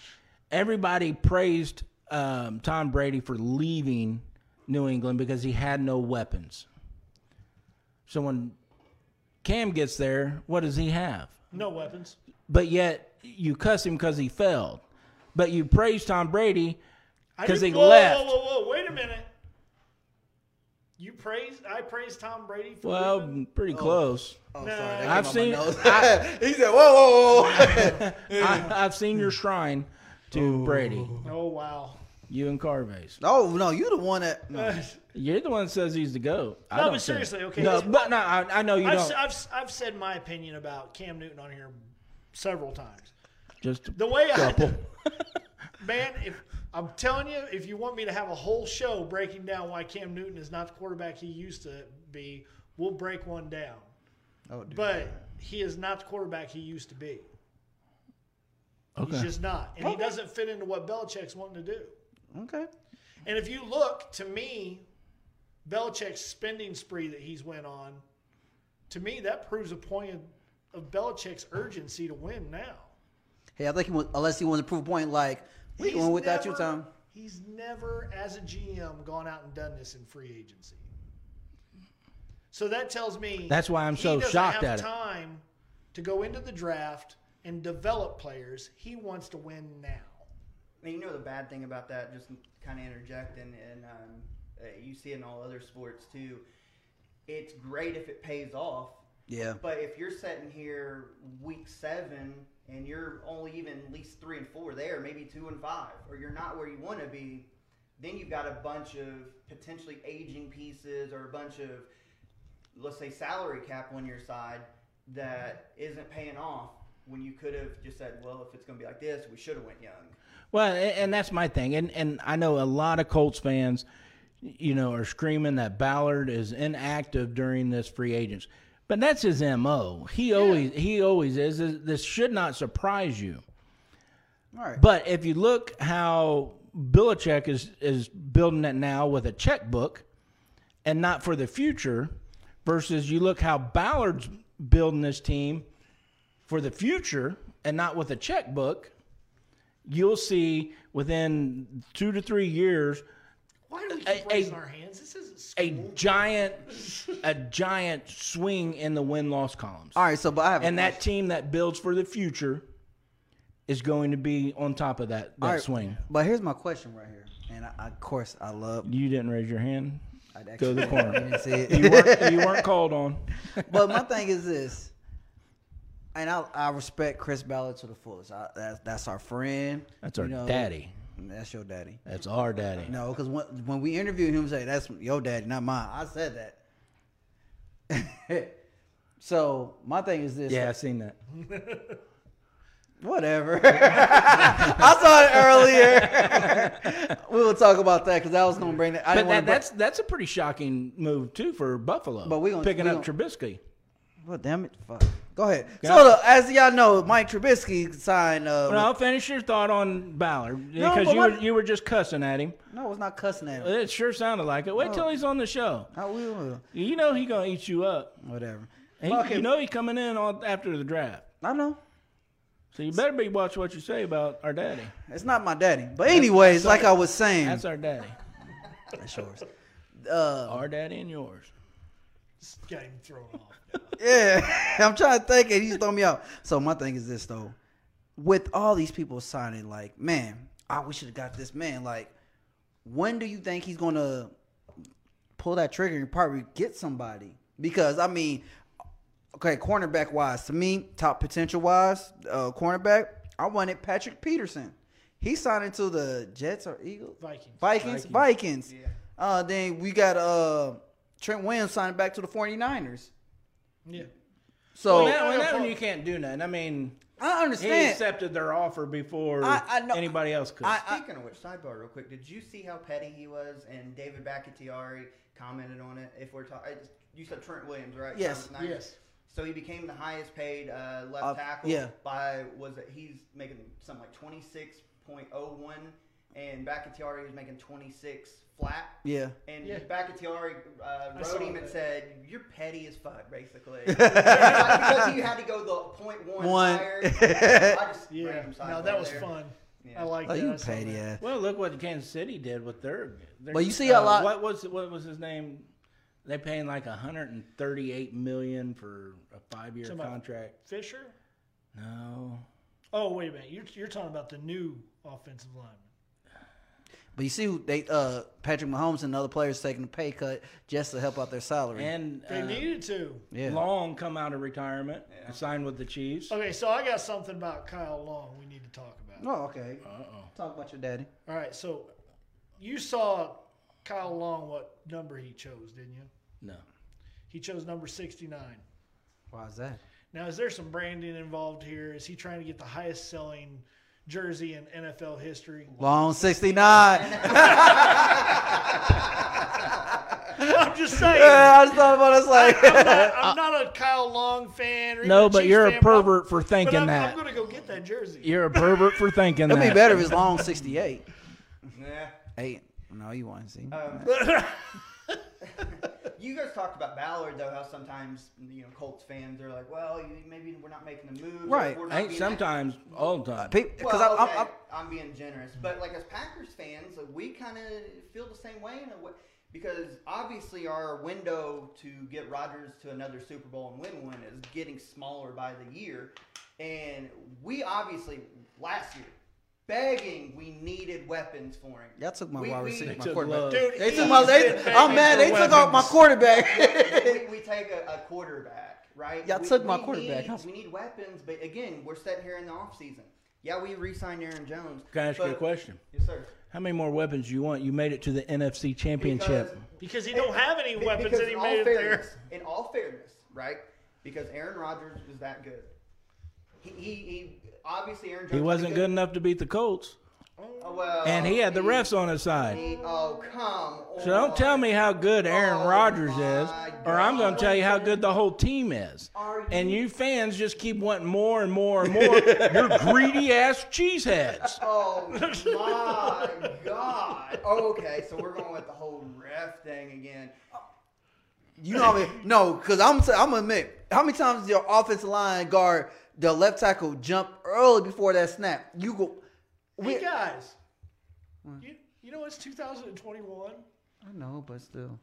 Everybody praised um, Tom Brady for leaving New England because he had no weapons. So when Cam gets there, what does he have?
No weapons.
But yet you cuss him because he failed, but you praise Tom Brady
I
because
do-
he
whoa,
left.
Whoa, whoa, whoa! Wait a minute. You praise? I praise Tom Brady for. leaving?
Well, pretty close.
Oh,
No.
sorry, that
I've
came off
seen-
My nose. he said, "Whoa, whoa, whoa!"
I, I've seen your shrine to Brady,
oh wow.
you and Carves.
no, no, you the one that. No.
You're the one that says he's the goat. I
No,
don't
but
say it.
seriously, okay,
No,
it's-
but no, I, I know you
I've,
don't.
s- I've, s- I've said my opinion about Cam Newton on here several times.
Just
The way
couple.
I, man, if I'm telling you, if you want me to have a whole show breaking down why Cam Newton is not the quarterback he used to be, we'll break one down.
Oh, dude.
But he is not the quarterback he used to be. He's
Okay.
just not, and he doesn't fit into what Belichick's wanting to do.
okay,
And if you look to me, Belichick's spending spree that he's went on, to me that proves a point of, of Belichick's urgency to win now.
hey, I think he was, unless he wants to prove a point, like we
He's
going without you,
never-
Tom.
He's never, as a GM, gone out and done this in free agency. So that tells me
That's why I'm
he
so
doesn't
shocked
have
at it.
Time to go into the draft and develop players. He wants to win now.
I mean, you know the bad thing about that, just kind of interjecting, and um, uh, you see it in all other sports too. It's great if it pays off,
Yeah,
but if you're sitting here week seven and you're only even at least three and four there, maybe two and five, or you're not where you want to be, then you've got a bunch of potentially aging pieces or a bunch of, let's say, salary cap on your side that isn't paying off when you could have just said, well, if it's going to be like this, we should have went young.
Well, a- and that's my thing, and and I know a lot of Colts fans, you know, are screaming that Ballard is inactive during this free agents, but that's his mo. He always he always is. This- This should not surprise you.
all right.
But if you look how Belichick is is building it now with a checkbook and not for the future, versus you look how Ballard's building this team for the future and not with a checkbook, you'll see within two to three years
Why do we
A-
keep raising
a-
our hands? This isn't school.
a giant a giant swing in the win loss columns.
all right, so but I have a
And that
question.
team that builds for the future is going to be on top of that, that
All right,
swing.
But here's my question right here, and I, I- of course I love.
You didn't raise your hand.
I'd
Go to
actually
the corner.
see it.
you, weren't, you weren't called on.
but my thing is this, and I, I respect Chris Ballard to the fullest. I, that's that's our friend.
That's our
you know.
daddy.
That's your daddy.
That's our daddy.
No, because when, when we interviewed him, say that's your daddy, not mine. I said that. So my thing is this.
Yeah, I've seen that.
Whatever. I saw it earlier. we will talk about that because I was gonna bring that. I
But
didn't
that,
want to.
that's that's a pretty shocking move too for Buffalo.
But we gonna-
picking
we
up Trubisky.
Well, damn it. Fuck. Go ahead.
Got
so
it.
look, as y'all know, Mike Trubisky signed. Uh,
But I'll finish your thought on Ballard
No,
because
but
you
what-
were you were just cussing at him.
no, it's not cussing at him.
It sure sounded like it. Wait till he's on the show.
I will. uh,
You know he gonna eat you up.
Whatever.
He,
Fuck
you
him.
know he coming in on, after the draft.
I know.
So you better be watch what you say about our daddy.
It's not my daddy. But anyways, like I was saying,
That's our daddy.
that's yours. Uh,
Our daddy and yours.
This got him thrown off.
yeah, I'm trying to think, and he's throwing me out. So my thing is this though, with all these people signing, like, man, I we should have got this man. Like, when do you think he's gonna pull that trigger and probably get somebody? Because I mean, okay, cornerback wise, to me, top potential wise, uh, cornerback, I wanted Patrick Peterson. He signed into the Jets or Eagles,
Vikings.
Vikings, Vikings. Uh, then we got uh Trent Williams signing back to the 49ers.
Yeah.
So
well, that, well, that one you can't do nothing. I mean,
I
he
understand.
accepted their offer before
I- I know-
anybody else could.
I-
Speaking of which, sidebar real quick. Did you see how petty he was? And David Bakatiari commented on it. If we're talking, you said Trent Williams, right?
Yes.
Signed with Niners.
Yes.
So he became the highest paid uh, left
Uh,
tackle.
yeah.
By was it, he's making something like twenty six point oh one, and Bakatiari was making twenty six flat.
yeah.
And
Yeah.
Bakatiari uh,
saw
wrote him and
that.
said, "You're petty as fuck," basically. Like, because you had to go the point one,
One.
higher. I just
Yeah.
raised him
No,
sidebar
that was
there.
fun.
Yeah.
I like
Oh,
that.
you
I saw
petty
that.
ass.
well, look what Kansas City did with their. their
Well, you see a
uh,
lot-
What was what was his name? They paying like 138 million for a five-year
Somebody-
contract.
Fisher?
No,
Oh, wait a minute. You're, you're talking about the new offensive lineman.
But you see, who they uh Patrick Mahomes and other players taking a pay cut just to help out their salary.
and
They
uh,
needed to.
yeah.
Long come out of retirement, and signed with the Chiefs.
Okay, so I got something about Kyle Long we need to talk about.
oh, okay.
Uh-oh.
Talk about your daddy.
All right, so you saw Kyle Long what number he chose, didn't you?
No,
He chose number 69.
Why is that?
Now, is there some branding involved here? Is he trying to get the highest selling jersey in NFL history?
Long sixty nine.
I'm just saying.
I just thought about it, it's
I'm,
like
not, Uh, I'm not a Kyle Long fan. or even
no,
a
but
Chiefs
you're a
fan, but I'm-
pervert for
but
thinking
I'm,
that.
I'm going to go get that jersey.
You're a pervert for thinking
it'd
that.
be better if it's long sixty eight.
Yeah.
Hey, no, you want to see?
Um, You guys talked about Ballard though, how sometimes you know Colts fans are like, well, you, maybe we're not making the move. or
Right.
We're not
Hey,
being-
sometimes all the time.
Because
Well,
I'm,
okay,
I'm,
I'm, being generous, but like as Packers fans, like, we kind of feel the same way in a way because obviously our window to get Rodgers to another Super Bowl and win one is getting smaller by the year, and we obviously last year begging we needed weapons for him.
y'all took my
We-
wide
we-
receiver, my
took
quarterback.
love.
Dude,
They took
he's
my. They,
been
I'm mad. They
begging for
took out my
weapons.
quarterback.
we, we take a, a quarterback, right?
Y'all
we,
took my
we
quarterback.
Need, we need weapons, but again, we're sitting here in the offseason. Yeah, we re-signed Aaron Jones.
Can I ask
but,
you a question?
Yes, sir.
How many more weapons do you want? You made it to the NFC Championship.
because he don't have any
Be-
weapons
because
and he
in all
made it there.
fairness, In all fairness, right? Because Aaron Rodgers was that good. He, he, he obviously Aaron Jones.
he wasn't
was
good enough to beat the Colts,
Oh, well,
and he had the refs on his side.
he- oh come on!
So don't tell me how good Aaron
Oh,
Rodgers
my
is, or I'm going
God.
to tell you how good the whole team is.
Are
And
you-
you fans just keep wanting more and more and more. You're greedy ass cheeseheads.
Oh my god! Okay, so we're going with the whole ref thing again.
You know what I mean? No, because I'm I'm gonna admit how many times your offensive line guard, the left tackle, jump early before that snap. You go. We, Hmm.
Hey, guys. You, you know, it's 2021.
I know, but still.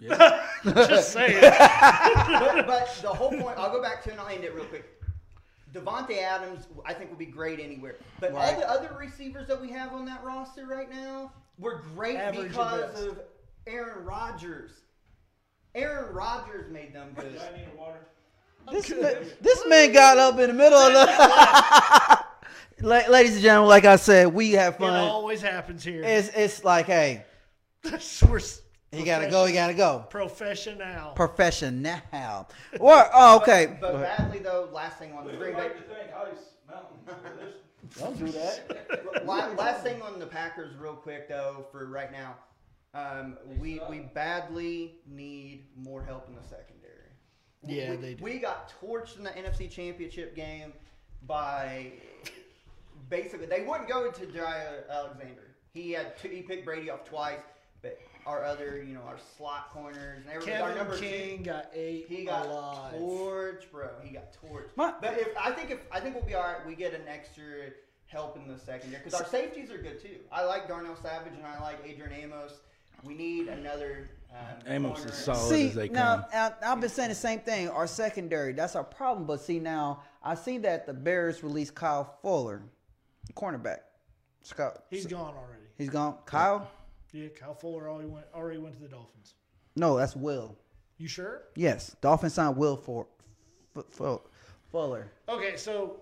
Just saying.
but, but the whole point, I'll go back to it and I'll end it real quick. Devonte Adams, I think, will be great anywhere. But all
Right.
the other receivers that we have on that roster right now, were great
Average at
because
best.
of Aaron Rodgers. Aaron Rodgers made them good.
This man, this man got up in the middle of the. La- Ladies and gentlemen, like I said, we have
It
fun.
always happens here.
It's it's like hey,
We're s-
He gotta go. He gotta go.
Professional.
Professional. Or oh, okay.
But, but badly though, last thing on the Green Bay.
Don't do that.
La- last thing on the Packers, real quick though, for right now, um, we we badly need more help in the secondary.
Yeah,
we,
they do.
we got torched in the NFC Championship game by basically they wouldn't go to Jair Alexander. He had two, he picked Brady off twice, but our other you know our slot corners and everything. Our
Kevin
number
King got eight
two, he got
alive.
torched, bro. He got torched.
My-
but if I think if I think we'll be all right, we get an extra help in the secondary because our safeties are good too. I like Darnell Savage and I like Adrian Amos. We need another. Um,
Amos
corner.
is solid
See
as they
now,
come.
I, I've been saying the same thing. Our secondary, that's our problem. But see now, I see that the Bears released Kyle Fuller, cornerback. Scott,
He's gone already.
he's gone. Kyle?
Yeah, Kyle Fuller already went already went to the Dolphins.
No, that's Will.
You sure?
Yes, Dolphins signed Will for, for, Fuller.
Okay, so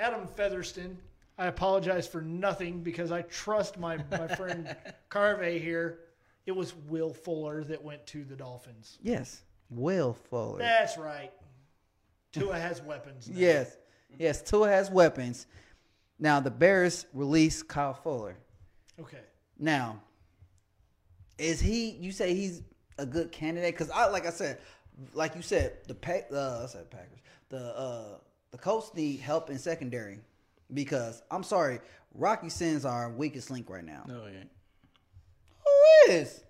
Adam Featherston, I apologize for nothing because I trust my, my friend Carve here. It was Will Fuller that went to the Dolphins.
Yes, Will Fuller.
That's right. Tua has weapons. Now.
Yes, yes. Tua has weapons. Now the Bears released Kyle Fuller.
Okay.
Now, is he? You say he's a good candidate because I, like I said, like you said, the pack. Uh, I said Packers. The uh, the Colts need help in secondary because I'm sorry, Rocky Sins are our weakest link right now.
Oh yeah.
Who is?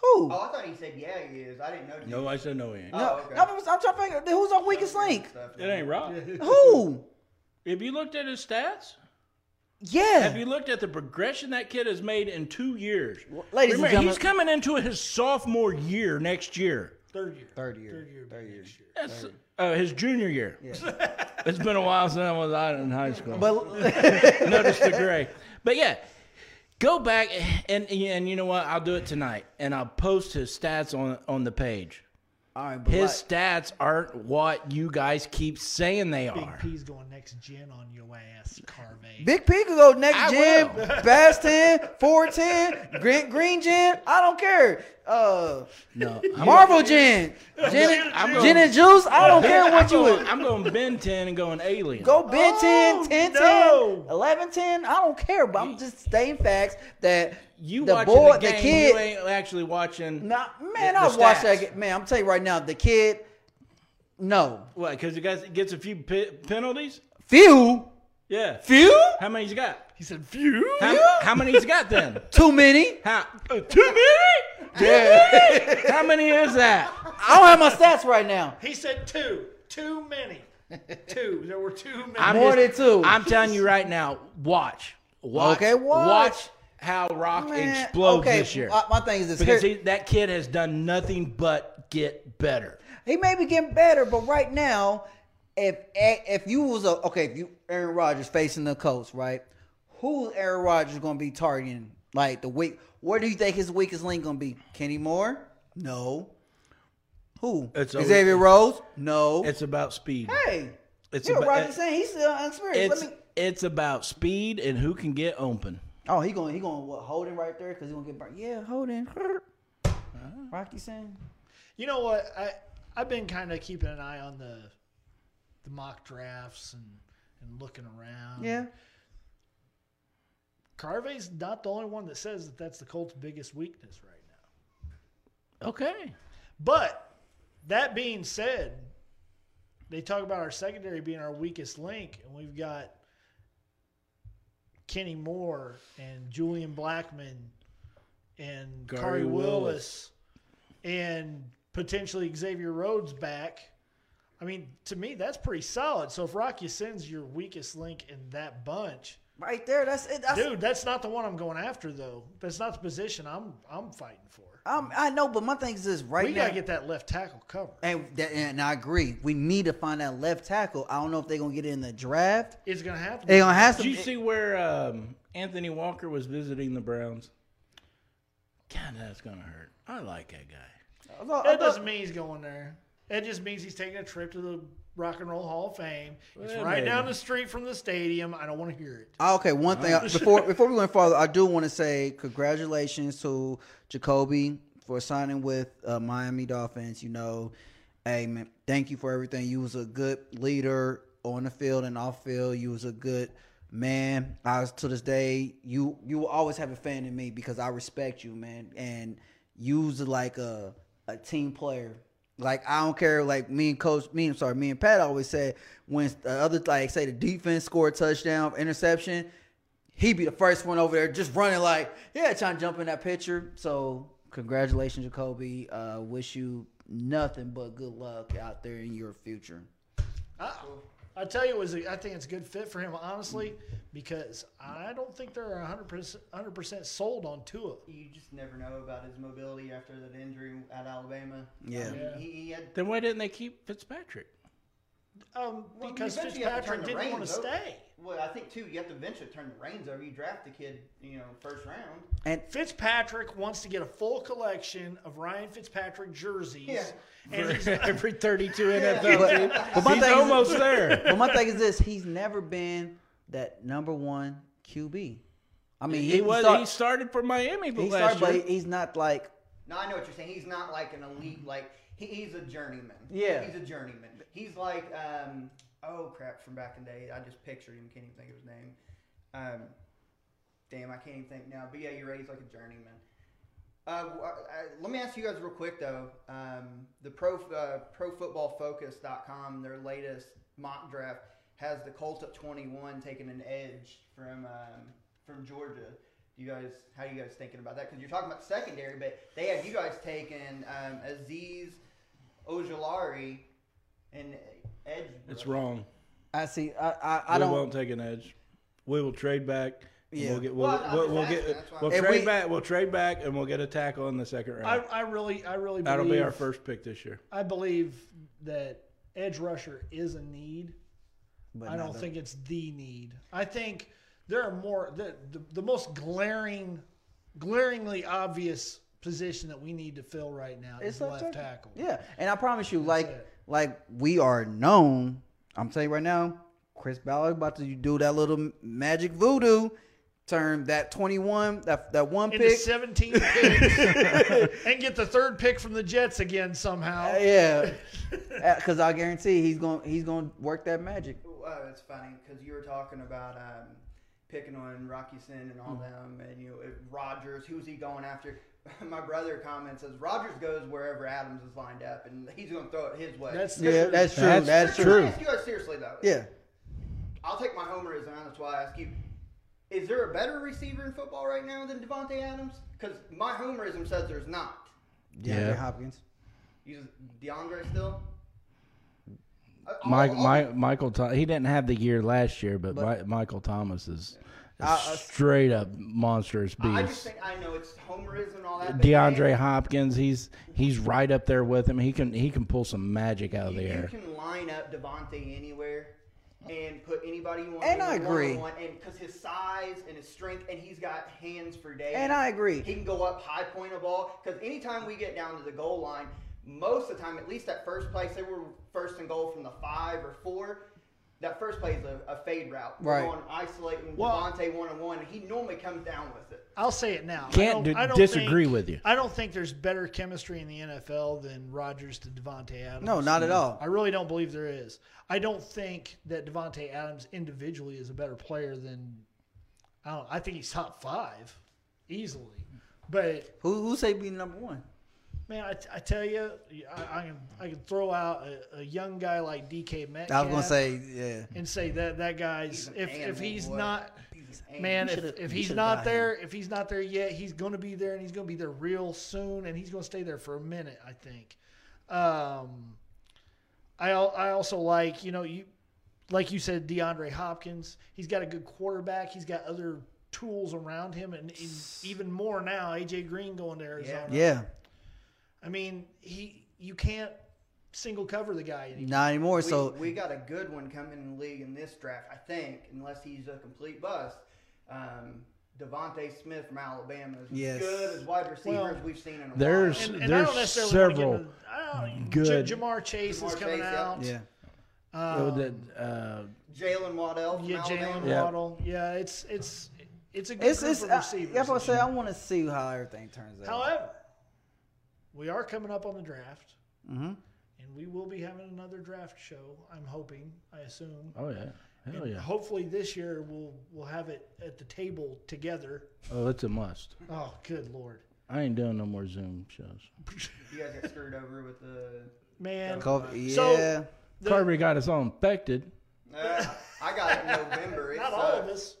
Who?
Oh, I thought he said yeah, he is. I didn't know. did
No, I said no. He ain't.
no,
okay.
no, I'm, I'm trying to figure who's our
you?
weakest link.
Stuff.
It ain't rock.
Who?
If you looked at his stats, have
Yeah.
you looked at the progression that kid has made in two years?
ladies and
Remember,
gentlemen-
he's coming into his sophomore year next year.
Third year.
Third year.
Third year.
Third year.
Next year.
That's uh, his junior year. it's been a while since I was out in high school.
But
Notice the gray. But yeah, go back and and you know what? I'll do it tonight, and I'll post his stats on on the page.
all right, but
His
like-
stats aren't what you guys keep saying they
Big
are.
P's going next gen on your ass, Carve.
Big P could go next
I
gen,
will.
Bass 10, 410, Green, green Gen. I don't care. Uh,
No,
Marvel Gen. Gen,
I'm
and-
gonna-
Gen and Juice. I don't care what you
going,
would.
I'm Oh, going Ben Ten and going Alien.
Go Ben 10, 10,
no.
10, 11, 10. I don't care, but I'm just stating facts that
You
the
watching
boy,
the
the
game?
kid.
You ain't actually watching.
nah, man,
the
I've watched that.
stats.
ga- Man, I'm telling you right now, the kid, no.
What? Because the guy gets a few pe- penalties.
Few.
Yeah.
Few?
How many he got?
He said, "Phew."
How, how many he's got then?
Too many.
How uh, too many?
Yeah.
How many is that?
I don't have my stats right now.
He said two. Too many. Two. There were too many.
More than two.
I'm telling you right now. Watch. Watch.
Okay, watch.
watch how Rock
Man,
explodes this year
My, my thing is this:
because
here-
he, that kid has done nothing but get better.
he, may be getting better, but right now, if if you was a okay, if you Aaron Rodgers facing the Colts, right? Who Aaron Rodgers going to be targeting? Like the weak? Where do you think his weakest link going to be? Kenny Moore? No. Who?
It's a-
Xavier Rose? No.
It's about speed.
hey,
It's
you know
about-
Rodgers saying he's still unexperienced.
It's
Let me.
it's about speed and who can get open.
Oh, he going he going what holding right there because he going to get burnt. Yeah, holding. Rocky saying.
You know what? I I've been kind of keeping an eye on the the mock drafts and and looking around.
Yeah.
Carvey's not the only one that says that that's the Colts' biggest weakness right now.
Okay.
But that being said, they talk about our secondary being our weakest link, and we've got Kenny Moore and Julian Blackman and
Gary
Kari
Willis.
Willis. and potentially Xavier Rhodes back. I mean, to me, that's pretty solid. So if Rocky sends your weakest link in that bunch,
Right there, that's it. That's,
dude, that's not the one I'm going after, though. That's not the position I'm I'm fighting for.
Um, I know, but my thing is this right
We
now.
gotta get that left tackle covered.
and, that, and I agree. We need to find that left tackle. I don't know if they're gonna get it in the draft.
It's gonna happen.
They're gonna have
Did
some.
you see where um, Anthony Walker was visiting the Browns? God, that's gonna hurt. I like that guy.
I thought- I
That
thought-
doesn't mean he's going there. That just means he's taking a trip to the Rock and Roll Hall of Fame. It's
Well,
right
maybe.
down the street from the stadium. I don't want to hear it.
Ah, Okay, one thing I- before before we went farther, I do want to say congratulations to Jacoby for signing with uh, Miami Dolphins. You know, hey man, thank you for everything. You was a good leader on the field and off field. You was a good man. I was to this day, you you will always have a fan in me because I respect you, man, and you was like a a team player. Like I don't care. Like me and coach, me I'm sorry, me and Pat always said when the other like say the defense score a touchdown, interception, he be the first one over there just running like yeah, trying to jump in that picture. So congratulations, Jacoby. Uh, wish you nothing but good luck out there in your future.
I, I tell you, it was a, I think it's a good fit for him, honestly, because I don't think they're 100%, 100% sold on Tua.
You just never know about his mobility after that injury at Alabama.
Yeah.
I mean,
Yeah.
He, he had
Then why didn't they keep Fitzpatrick?
Um,
Well, you
because
eventually have to turn
Fitzpatrick
the
didn't want
reins
to
over.
stay.
Well, I think too, you have to eventually turn the reins over. You draft the kid, you know, first round.
And
Fitzpatrick wants to get a full collection of Ryan Fitzpatrick jerseys.
Yeah.
And he's, uh,
Every 32 NFL
but,
team.
but my
He's
thing is-
almost there.
but my thing is this: he's never been that number one QB. I mean,
He was.
start-
He started for Miami
he
last
started, but
year.
he's not like
No, I know what you're saying. He's not like an elite. Like he, he's a journeyman.
Yeah.
he's a journeyman. He's like, um, oh crap, from back in the day. I just pictured him. Can't even think of his name. Um, damn, I can't even think now. But yeah, you're right. He's like a journeyman. Uh, w- I- let me ask you guys real quick though. Um, the pro uh, profootballfocus.com, their latest mock draft has the Colts at 21 taking an edge from um, from Georgia. You guys, how you guys thinking about that? Because you're talking about secondary, but they have you guys taking um, Aziz Ojolari and uh, edge.
It's
rusher.
wrong.
I see. I I, I
we
don't.
won't take an edge. We will trade back. and
Yeah.
We'll get. We'll,
Well, I'm
we'll,
just
we'll
asking,
get.
that's why
We'll
I'm-
If
trade
we-
back. We'll trade back, and we'll get a tackle in the second
I,
round.
I really, I really
That'll be
believe-
our first pick this year.
I believe that edge rusher is a need.
But
I
not
don't
the-
think it's the need. I think there are more the, the the most glaring, glaringly obvious position that we need to fill right now is
like
left
that.
tackle.
Yeah, and I promise you, like
it.
like we are known. I'm telling you right now, Chris Ballard about to do that little magic voodoo, turn that 21, that that one
In the
pick.
17 picks and get the third pick from the Jets again somehow.
Uh, yeah, because I guarantee he's going to he's going to work that magic.
Well, it's Oh, funny because you were talking about um, picking on Rocky Sin and all them, and you know it- Rogers. Who's he going after? My brother comments says Rogers goes wherever Adams is lined up, and he's going to throw it his way.
That's
Yeah, that's true. That's,
That's
Can I
true.
ask you guys seriously though.
Yeah,
I'll take my homerism. and That's why I ask you: Is there a better receiver in football right now than Devonte Adams? Because my homerism says there's not.
DeAndre
Yeah.
Hopkins.
You DeAndre still. Uh, all-
Mike, Mi-
all-
Michael, Tho- he didn't have the year last year, but, Mi- Michael Thomas is a straight up monstrous
I
beast.
just think I know it's homerism and all that. but man,
DeAndre Hopkins, he's he's right up there with him. He can he can pull some magic out of
You,
the
you
air.
can line up Devontae anywhere and put anybody you want.
And
in
I
the
agree.
one-on-one, And because his size and his strength, and he's got hands for days.
And I agree.
He can go up high point a ball because anytime we get down to the goal line, most of the time, at least at first place, they were first and goal from the five or four. That first play is a, a fade route. We're
Right.
going isolating
Well-
Devontae one on one, and he normally comes down with it.
I'll say it now. I
Can't
don't-
d-
I don't
disagree
think-
with you.
I don't think there's better chemistry in the NFL than Rodgers to Devontae Adams.
No, not at all.
I really don't believe there is. I don't think that Devontae Adams individually is a better player than I don't. I think he's top five easily. But
Who who say be number one?
man, I, I tell you, I, I can I can throw out a, a young guy like DK Metcalf.
I was gonna say yeah.
and say that that guy's
an
if if
animal,
he's
boy.
not
He's an
man
You
if,
should've-
if
you
he's
should've
not
got
there if he's not there yet he's going to be there and he's going to be there real soon and he's going to stay there for a minute i think um i al- i also like you know you like you said deandre hopkins he's got a good quarterback he's got other tools around him and, and even more now aj green going to arizona
Yeah,
i mean he you can't single cover the guy anymore
not anymore.
We,
so
we got a good one coming in the league in this draft, I think, unless he's a complete bust. Um, Devonte Smith from Alabama is
Yes.
as good as wide receivers
Well,
we've seen in a
There's
while.
And- and I don't
there's
necessarily
several
wanna get into- I don't out.
Good.
J- Jamar Chase is
Jamar
coming
Chase, yeah.
out.
Yeah.
Oh,
Um,
that, uh,
Jalen Waddell. From
yeah, Jalen
Alabama.
Yeah.
Waddle. Yeah, it's it's it's a good
It's,
group
it's,
of
I,
receivers.
that's what I
this
say.
year.
I want to see how everything turns out.
However, we are coming up on the draft,
mm-hmm.
and we will be having another draft show. I'm hoping. I assume.
oh yeah, hell
And
yeah.
Hopefully this year we'll we'll have it at the table together.
Oh, it's a must.
Oh, good lord,
I ain't doing no more Zoom shows.
You guys got screwed over with the.
man.
COVID,
So-
yeah.
the-
Carver got us all infected.
Uh, I got it in November. It
not all of
sucked.
us.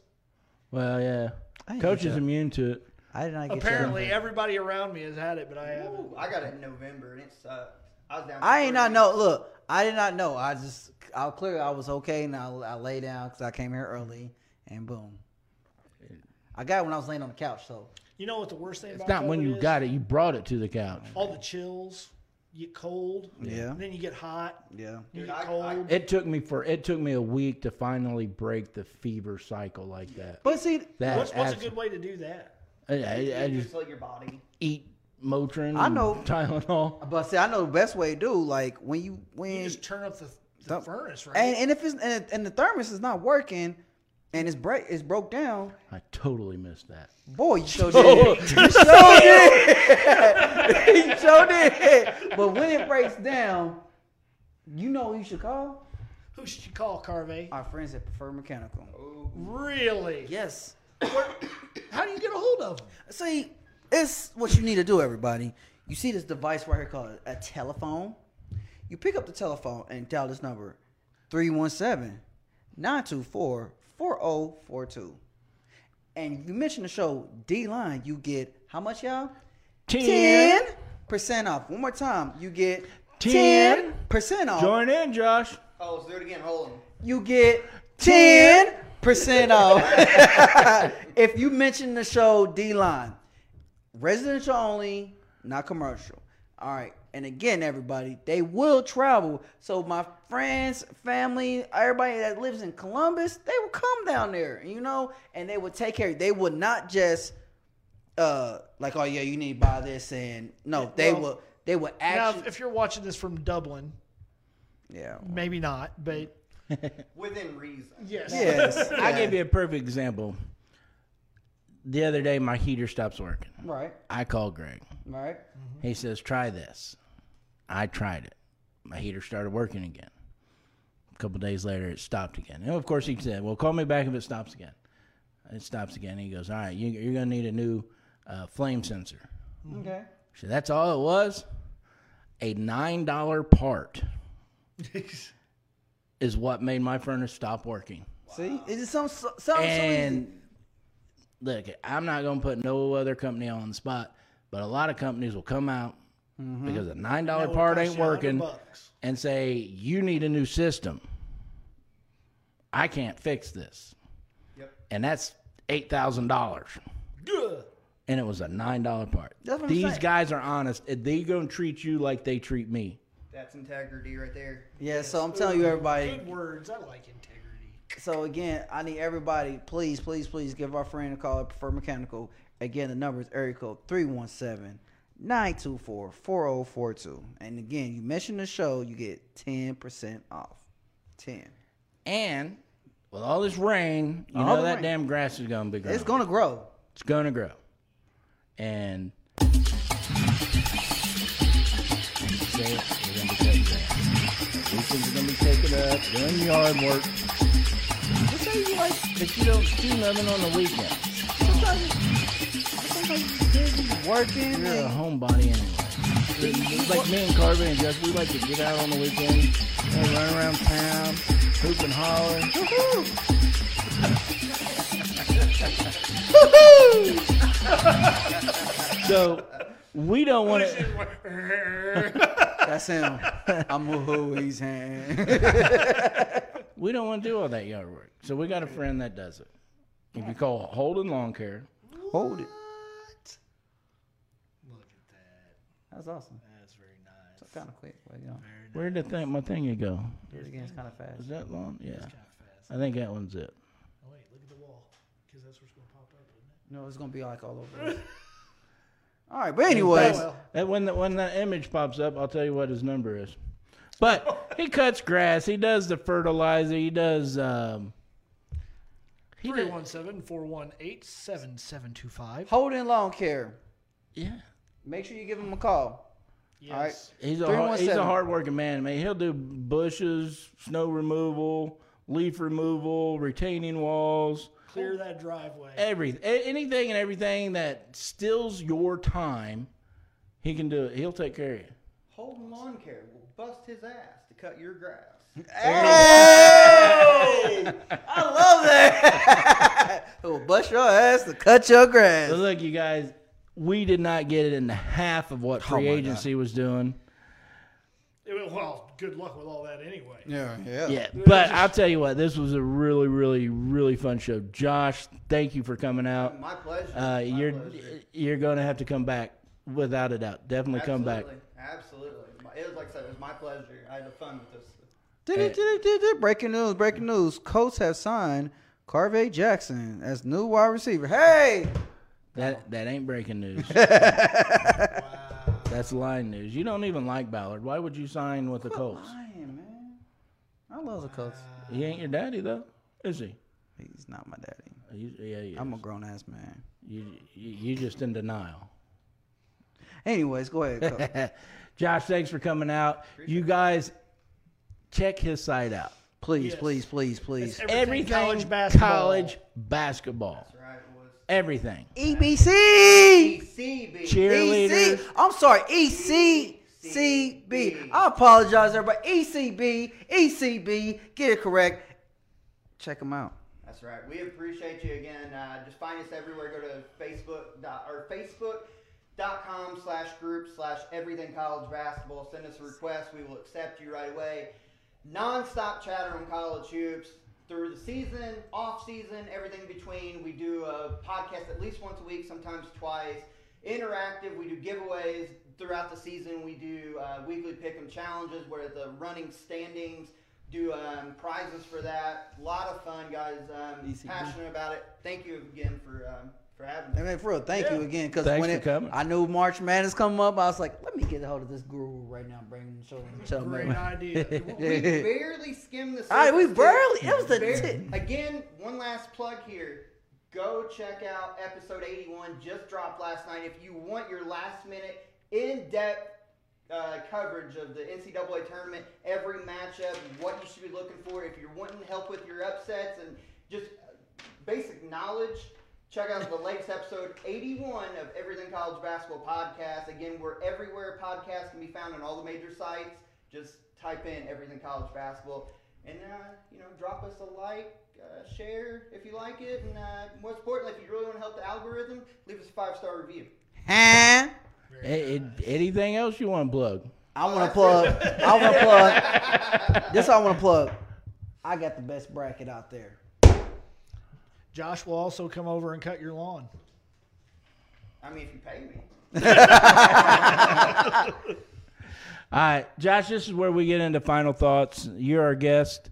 Well, yeah.
I didn't
Coach
get
is
that.
immune to it.
I did not get
Apparently,
that.
everybody around me has had it, but I haven't.
Ooh, I got it in November and it sucked. I was down.
I
for
ain't
three
not know. Look, I did not know. I just, I clear, I was okay, and I, I lay down because I came here early, and boom, I got it when I was laying on the couch. So
You know what the worst thing
It's
about
not when
COVID
you
is? Oh.
got it, you brought it to the couch.
all the chills, you get cold,
Yeah.
and then you get hot,
yeah,
you
Dude,
get
I- I-
cold.
It took me for it took me a week to finally break the fever cycle like that.
but see,
That
what's what's a
abs-
good way to do that?
I, I, I
You
just
just let your body.
eat Motrin.
I
and
know.
Tylenol.
but see, I know the best way to do like when you
You
when
just turn up the, the
Don't-
furnace, right?
and, and if it's and, and the thermos is not working, and it's break it's broke down.
I totally missed that.
Boy, you sure did. You sure did. you sure did. But when it breaks down, you know who you should call?
Who should you call, Carvey?
Our friends at Preferred Mechanical.
Really?
Yes.
How do you get a hold of them?
See, it's what you need to do, everybody. You see this device right here called a telephone. You pick up the telephone and dial this number 317 924 4042. And if you mention the show D Line, you get how much, y'all? 10% off. One more time. You get
10.
10% off.
Join in, Josh.
Oh, let's do it again. Hold on.
You get 10% off. if you mention the show D Line, residential only, not commercial. All right. And again, everybody, they will travel. So my friends, family, everybody that lives in Columbus, they will come down there, you know, and they will take care. They will not just uh like, oh yeah, you need to buy this and no, they
Well,
will they will
Now,
actually
if you're watching this from Dublin,
Yeah.
maybe not, but
Within reason.
yes.
Yes.
I
yeah.
give you a perfect example. The other day, my heater stops working.
Right,
I call Greg.
right.
He says, "Try this." I tried it. My heater started working again. A couple days later, it stopped again. And of course, he said, "Well, call me back if it stops again." It stops again. He goes, "All right, you, you're going to need a new uh, flame sensor."
Okay.
So that's all it was. A nine dollar part is what made my furnace stop working.
See, it's just some some Oh, so easy.
And look, I'm not gonna put no other company on the spot, but a lot of companies will come out
Mm-hmm.
because a nine dollar
That would
part
cost
ain't
you 100
working
bucks.
and say you need a new system. I can't fix this,
Yep.
and that's eight thousand dollars,
Ugh.
and it was a nine dollar part.
That's what I'm
These
saying.
guys are honest; they gonna treat you like they treat me.
That's integrity right there.
Yeah, so I'm telling you, everybody.
Good words. I like integrity.
So again, I need everybody, please, please, please give our friend a call at Preferred Mechanical. Again, the number is area code 317-924-4042. And again, you mention the show, you get 10% off. 10.
And with all this rain, you
All
know
the
that
rain.
damn grass is gonna be growing.
It's going to grow.
It's gonna grow. And Say it, we're gonna be taking that. Weekends are gonna be taking up, doing yard work. What day you like that you don't do nothing on the weekend?
Working.
You're a
and-
homebody anyway. It's like me and Carvin and Jeff, we like to get out on the weekend and run around town, hoop and holler.
Woohoo!
So we don't want to.
That's him. I'm woohoo. He's him.
We don't want to do all that yard work. So we got a friend that does it. If you call Holden Lawn Care,
Hold it.
What? Look at that.
That's awesome.
That's very nice.
It's kind of quick, but you know,
Very nice.
where did the thing, my thingy go?
do it again. It's kind of fast.
Is that long? Yeah.
Kind of fast.
I think that one's it.
Oh, wait, look at the wall. Because that's what's going to pop up, isn't it?
No, it's gonna be like all over. All right, but anyways,
Oh, well.
That when that when that image pops up, I'll tell you what his number is. But he cuts grass. He does the fertilizer. He does. Um, he does-
317 418 7725.
holding lawn care.
yeah.
Make sure you give him a call.
Yes.
He's a hard, he's
317.
a hardworking man. I mean, he'll do bushes, snow removal, leaf removal, retaining walls,
Clear that driveway.
everything, anything and everything that steals your time. He can do it. He'll take care of you.
Holden Lawn Care will bust his ass to cut your grass.
Hey! I love that. It'll bust your ass to cut your
But
grass.
look, you guys, we did not get it in half of what free
Oh my God.
agency was doing.
It- Well, good luck with all that anyway.
Yeah, yeah.
Yeah, but I'll tell you what, this was a really, really, really fun show. Josh, thank you for coming out.
My pleasure.
Uh,
My
you're
pleasure.
you're going to have to come back without a doubt. Definitely come back.
Absolutely. Absolutely. My- It was like I said, it was my pleasure. I had fun with this.
Did it, did it, did it. Breaking news, breaking news. Colts have signed Carvey Jackson as new wide receiver. Hey!
That that ain't breaking news. That's line news. You don't even like Ballard. Why would you sign with the Colts?
Lying, man. I love the Colts.
He ain't your daddy though, is he?
He's not my daddy.
You, yeah, yeah.
I'm a grown ass man.
you, you you just in denial.
Anyways, go ahead. Coach.
Josh, thanks for coming out. You guys, check his site out.
Please,
Yes.
please, please, please.
Everything college basketball.
college basketball,
That's right. It was
everything.
E EBC!
ECB.
Cheerleaders.
EC. E I'm sorry,
E
ECCB. I apologize, everybody. E ECB, ECB. E Get it correct. Check them out.
That's right. We appreciate you again. Uh, just find us everywhere. Go to Facebook dot, or Facebook.com slash group slash everything college basketball. Send us a request. We will accept you right away. Non-stop chatter on college hoops through the season, off season, everything between. We do a podcast at least once a week, sometimes twice. Interactive. We do giveaways throughout the season. We do uh, weekly pick 'em challenges where the running standings do um, prizes for that. A lot of fun, guys. Um,
ECB.
passionate about it. Thank you again for um, for having
I
me.
mean, for real, thank you
Yeah.
again. Because
Thanks
when
for
it,
coming.
I knew March Madness come up, I was like, let me get a hold of this guru right now and bring him to the show.
Great
man.
idea.
We barely skimmed the.
All right, we
surface,
barely.
dude.
It was the
Bar-
tip.
again. One last plug here. Go check out episode 81. Just dropped last night. If you want your last minute in depth. Uh, coverage of the NCAA tournament, every matchup, what you should be looking for. If you're wanting help with your upsets and just basic knowledge. Check out the latest episode 81 of Everything College Basketball Podcast. Again, we're everywhere. Podcasts can be found on all the major sites. Just type in Everything College Basketball, and uh, you know, drop us a like, uh, share if you like it, and uh, most importantly, if you really want to help the algorithm, leave us a five star review.
Huh?
A- a- anything else you want to plug?
I want to plug. I want to plug. This I want to plug. I got the best bracket out there.
Josh will also come over and cut your lawn.
I mean, if you pay me.
All right, Josh, this is where we get into final thoughts. You're our guest.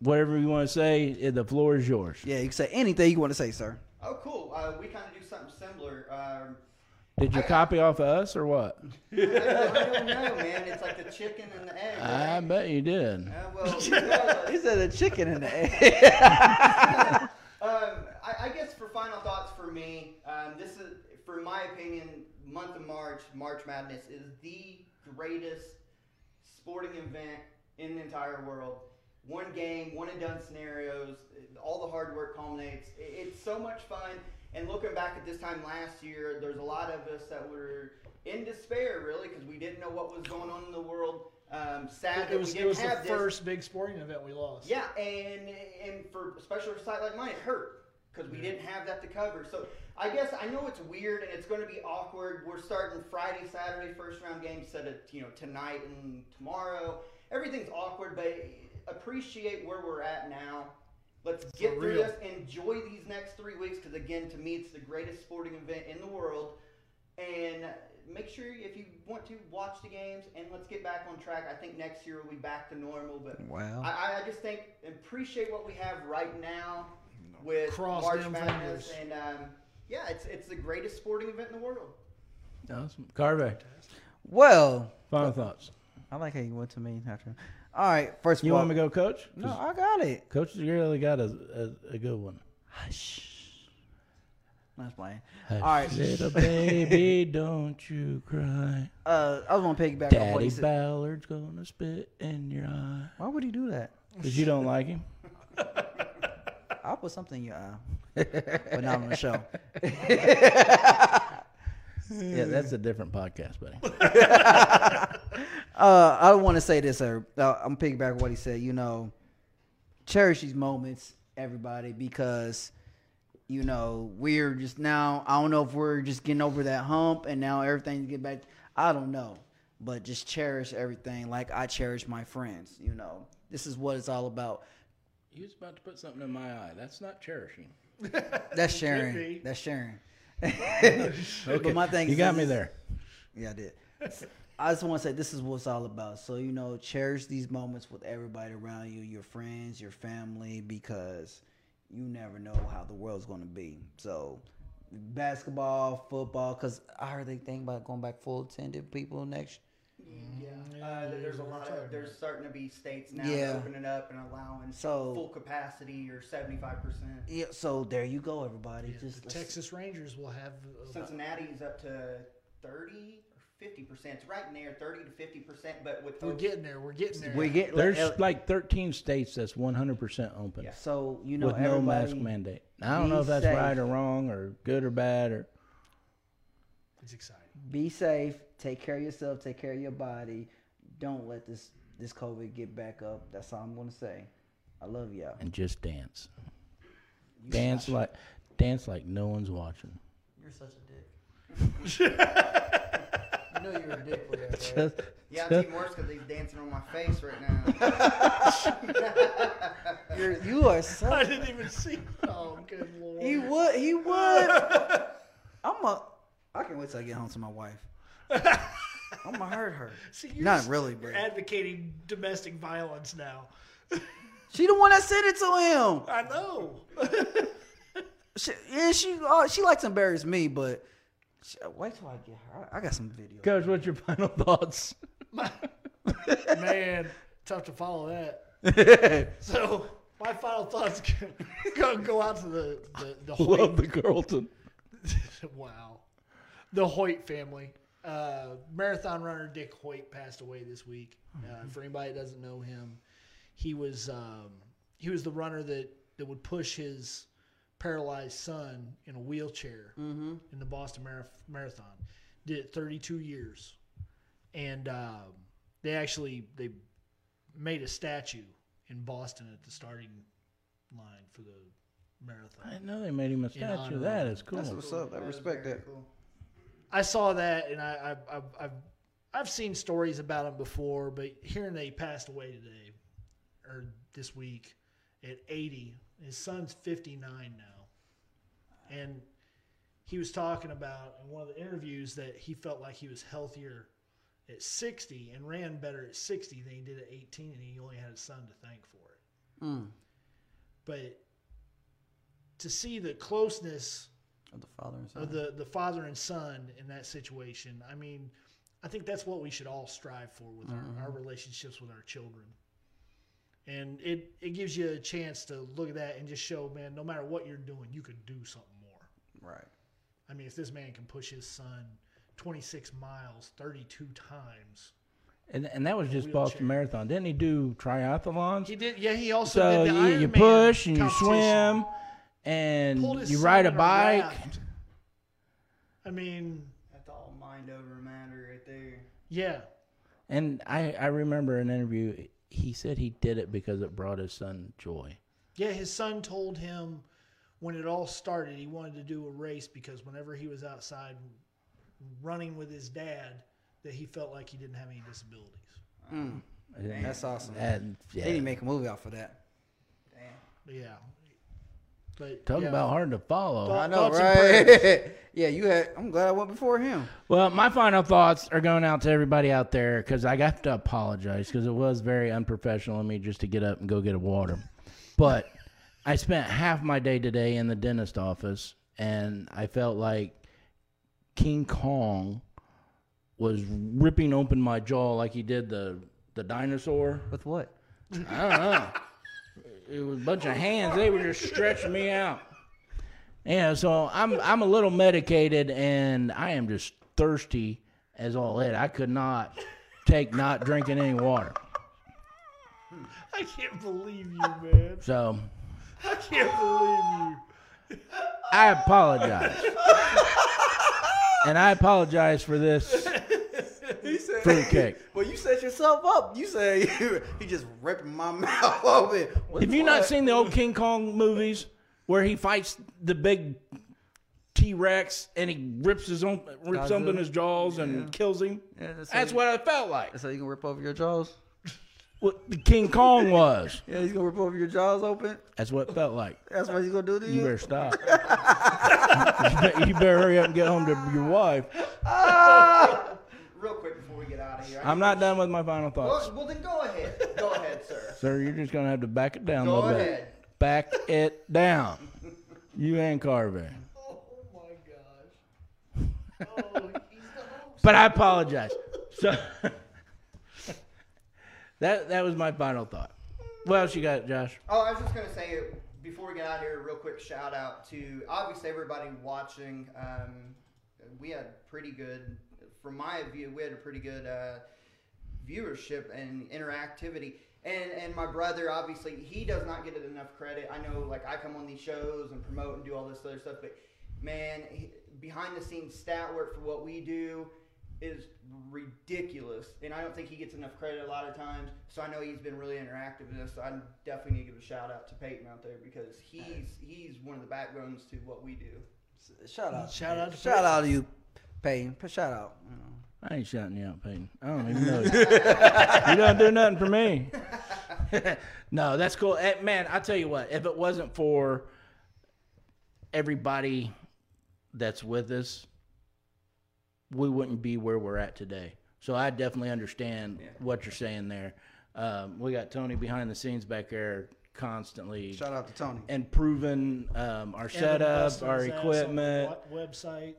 Whatever you want to say, eh, the floor is yours.
Yeah, you can say anything you want to say, sir.
Oh, cool. Uh, we kind of do something similar. Um,
Did you copy off of us or what?
I don't know, man. It's like the chicken and the egg.
I
Right?
bet you did.
Uh, well, you know,
He said a chicken in the egg.
Um, I, I guess for final thoughts for me, um, this is, for my opinion, month of March, March Madness is the greatest sporting event in the entire world. One game, one and done scenarios, all the hard work culminates. I- It's so much fun. And looking back at this time last year, there's a lot of us that were in despair, really, because we didn't know what was going on in the world. Um, sad
It
that we
was,
didn't
it was the
have this.
first big sporting event we lost.
Yeah, and and for especially for a site like mine, it hurt because we didn't have that to cover. So I guess I know it's weird and it's going to be awkward. We're starting Friday, Saturday, first round games set of you know tonight and tomorrow. Everything's awkward, but appreciate where we're at now. Let's get through
real.
this. Enjoy these next three weeks because again, to me, it's the greatest sporting event in the world. And make sure if you want to watch the games and let's get back on track. I think next year we'll be back to normal, but
Wow.
I, I just think appreciate what we have right now with
Cross
March
them
Madness
fingers.
and um, yeah, it's it's the greatest sporting event in the world.
Awesome. Carve,
Well,
final thoughts.
I like how you went to me after. All right, first of
You
all,
want me to go, coach?
No, I got it.
Coach really got a, a, a good one.
Hush. Not playing.
Hush,
All right.
Little baby, don't you cry.
Uh, I was gonna piggyback on what
Daddy
he said.
Ballard's going to spit in your eye.
Why would he do that?
Because you don't like him?
I'll put something in your eye, but not on the show.
Yeah, that's a different podcast, buddy.
Uh, I want to say this, sir. Uh, I'm piggyback on what he said. You know, cherish these moments, everybody, because you know we're just now. I don't know if we're just getting over that hump, and now everything's get back. I don't know, but just cherish everything, like I cherish my friends. You know, this is what it's all about.
He was about to put something in my eye. That's not cherishing.
That's
be.
sharing. That's sharing.
Okay.
my thing
you
is-
got me there.
Yeah, I did. I just want to say this is what it's all about. So you know, cherish these moments with everybody around you, your friends, your family, because you never know how the world's going to be. So basketball, football, because I heard they think about going back full attended people next.
Yeah, uh, there's a lot of there's starting to be states now
Yeah.
opening up and allowing
So-
full capacity or 75 percent.
Yeah. So there you go, everybody. Just
the
let's-
Texas Rangers will have. Uh,
Cincinnati's up to 30 or 50 percent. It's right in there, 30 to 50 percent. But with
we're
those-
getting there. We're getting there.
we get
There's
like,
like 13 states that's 100% open
so you know
with no
everybody-
mask mandate. Now, I don't
be
know if that's
safe.
right or wrong or good or bad or
It's exciting.
be safe. Take care of yourself. Take care of your body. Don't let this this COVID get back up. That's all I'm gonna say. I love y'all.
and just dance. Dance like dance like no one's watching.
You're such a dick. you know you're a dick for that.
Just,
yeah, it's
just-
even worse because he's dancing on my face right now.
You're, you are such.
I didn't even see. Oh, good lord.
He would. He would. I'm a. I can't wait till I get home to my wife. I'm gonna hurt her.
See, you're
Not
s-
really,
you're
but
advocating domestic violence now.
she the one that said it to him.
I know.
She, yeah, she uh, she likes to embarrass me, but she, uh, wait till I get her. I, I got some video.
Coach, what's your final thoughts?
Man, tough to follow that. So my final thoughts go, go out to the the, the Hoyt.
Love the Carlton.
wow, the Hoyt family. Uh, marathon runner Dick Hoyt passed away this week. Uh, for anybody that doesn't know him, he was um, he was the runner that that would push his paralyzed son in a wheelchair in the Boston Mara- Marathon. Did it 32 years, and um, they actually they made a statue in Boston at the starting line for the marathon.
I didn't know they made him a
honor
statue.
of
That
him.
is cool.
That's what's up. I
That was
respect
very
that.
cool.
I saw that, and I, I, I I've I've seen stories about him before, but hearing that he passed away today or this week at 80, his son's 59 now, and he was talking about in one of the interviews that he felt like he was healthier at 60 and ran better at 60 than he did at 18, and he only had his son to thank for it
Mm.
but to see the closeness
Of the father and son.
of the, the father and son in that situation, I mean, I think that's what we should all strive for with
Mm-hmm.
our, our relationships with our children. And it, it gives you a chance to look at that and just show, man, no matter what you're doing, you could do something more.
right.
I mean, if this man can push his son 26 miles 32 times.
And, and that was just
Wheelchair.
Boston Marathon. Didn't he do triathlons?
He did, yeah, he also
so
did the
you,
Iron
you
Man
push and you
competition.
swim
Pulled
and
his
you
son
ride a
in
bike.
raft. I mean,
That's all mind over matter right there.
yeah.
And I, I remember an interview. He said he did it because it brought his son joy.
Yeah, his son told him when it all started, he wanted to do a race because whenever he was outside running with his dad, that he felt like he didn't have any disabilities.
That's awesome.
And
They
yeah,
didn't make a movie off of that.
Damn.
Yeah. But
talk
yeah,
about hard to follow.
Well,
I know,
Thoughts and
right? yeah, you had. I'm glad I went before him.
Well, my final thoughts are going out to everybody out there because I have to apologize because it was very unprofessional of me just to get up and go get a water. But I spent half my day today in the dentist office and I felt like King Kong was ripping open my jaw like he did the the dinosaur.
With what?
I don't know. It was a bunch of hands. They were just stretching me out. Yeah, so I'm I'm a little medicated and I am just thirsty as all that. I could not take not drinking any water.
I can't believe you, man.
So
I can't believe you.
I apologize. and I apologize for this
He said,
fruitcake.
Well, you set yourself up. You said he just ripped my mouth open.
Have you not seen the old King Kong movies where he fights the big T Rex and he rips his own rips open
Godzilla?
his jaws and kills him?
Yeah, that's
That's
how you-
what I felt like.
That's how you gonna rip over your jaws.
What the King Kong was.
Yeah, he's gonna rip over your jaws open.
That's what it felt like.
That's what he's gonna do to
You
you.
better stop. you better hurry up and get home to your wife.
Real quick before we get out of here. I
I'm not done with my final thoughts.
Well, well, then go ahead. Go ahead, sir.
Sir, you're just gonna have to back it down a
Go
little
ahead.
bit. Back it down. You and Carver.
Oh my gosh. Oh, he's the host.
But I apologize. So that that was my final thought. What else you got, Josh?
Oh, I was just gonna say before we get out of here, real quick shout out to obviously everybody watching. Um, we had pretty good, from my view, we had a pretty good uh, viewership and interactivity. And and my brother, obviously, he does not get it enough credit. I know, like I come on these shows and promote and do all this other stuff, but man, he, behind the scenes stat work for what we do is ridiculous, and I don't think he gets enough credit a lot of times. So I know he's been really interactive in this. So I'm definitely gonna give a shout out to Peyton out there because he's he's one of the backbones to what we do.
Shout out.
Shout out to
Shout out to you, Peyton. Shout out. Mm. you know.
I ain't shouting you out, Peyton. I don't even know you. you don't do nothing for me. no, that's cool. Eh, man, I'll tell you what, if it wasn't for everybody that's with us, we wouldn't be where we're at today. So I definitely understand what you're saying there. Um, we got Tony behind the scenes back there constantly
Shout out to Tony.
improving um, our
Evan
setup,
busted
our
his ass on the
equipment,
wa- website,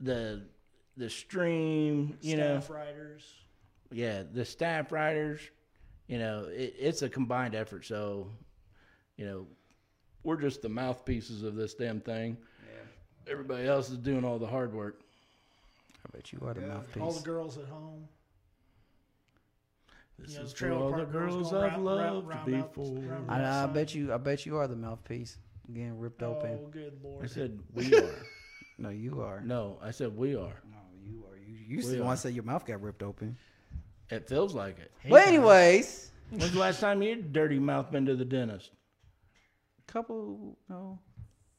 the the stream, you know.
staff writers.
yeah, the staff writers, you know, it, it's a combined effort. So, you know, we're just the mouthpieces of this damn thing. Everybody else is doing all the hard work.
I bet you are the
all the
mouthpiece.
girls at home.
This
You know,
is for
trailer
all the
park
girls
girls going
I've
round-
loved
round-
to be
round-
for.
round-
I,
round-
I bet you. I bet you are the mouthpiece. Getting ripped open.
Oh, good
I
lord!
said we are.
No, you are.
No, I said we are.
No, you are. You, you
We
said once
are.
said your mouth got ripped open.
It feels like it.
But anyways,
When's the last time your dirty mouth been to the dentist?
couple no,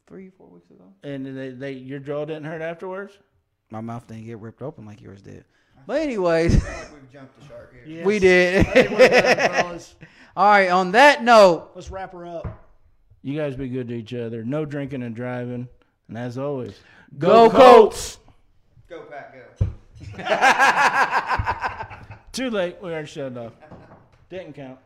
three four weeks ago,
And they, they your jaw didn't hurt afterwards?
my mouth didn't get ripped open like yours did. But anyways,
I feel like we've jumped the shark here.
Yes.
we did.
I think we're done, fellas.
All right. On that note,
Let's wrap her up.
You guys be good to each other. No drinking and driving. And as always,
go Colts.
Go Pat, go.
Too late. We already shut it off. Didn't count.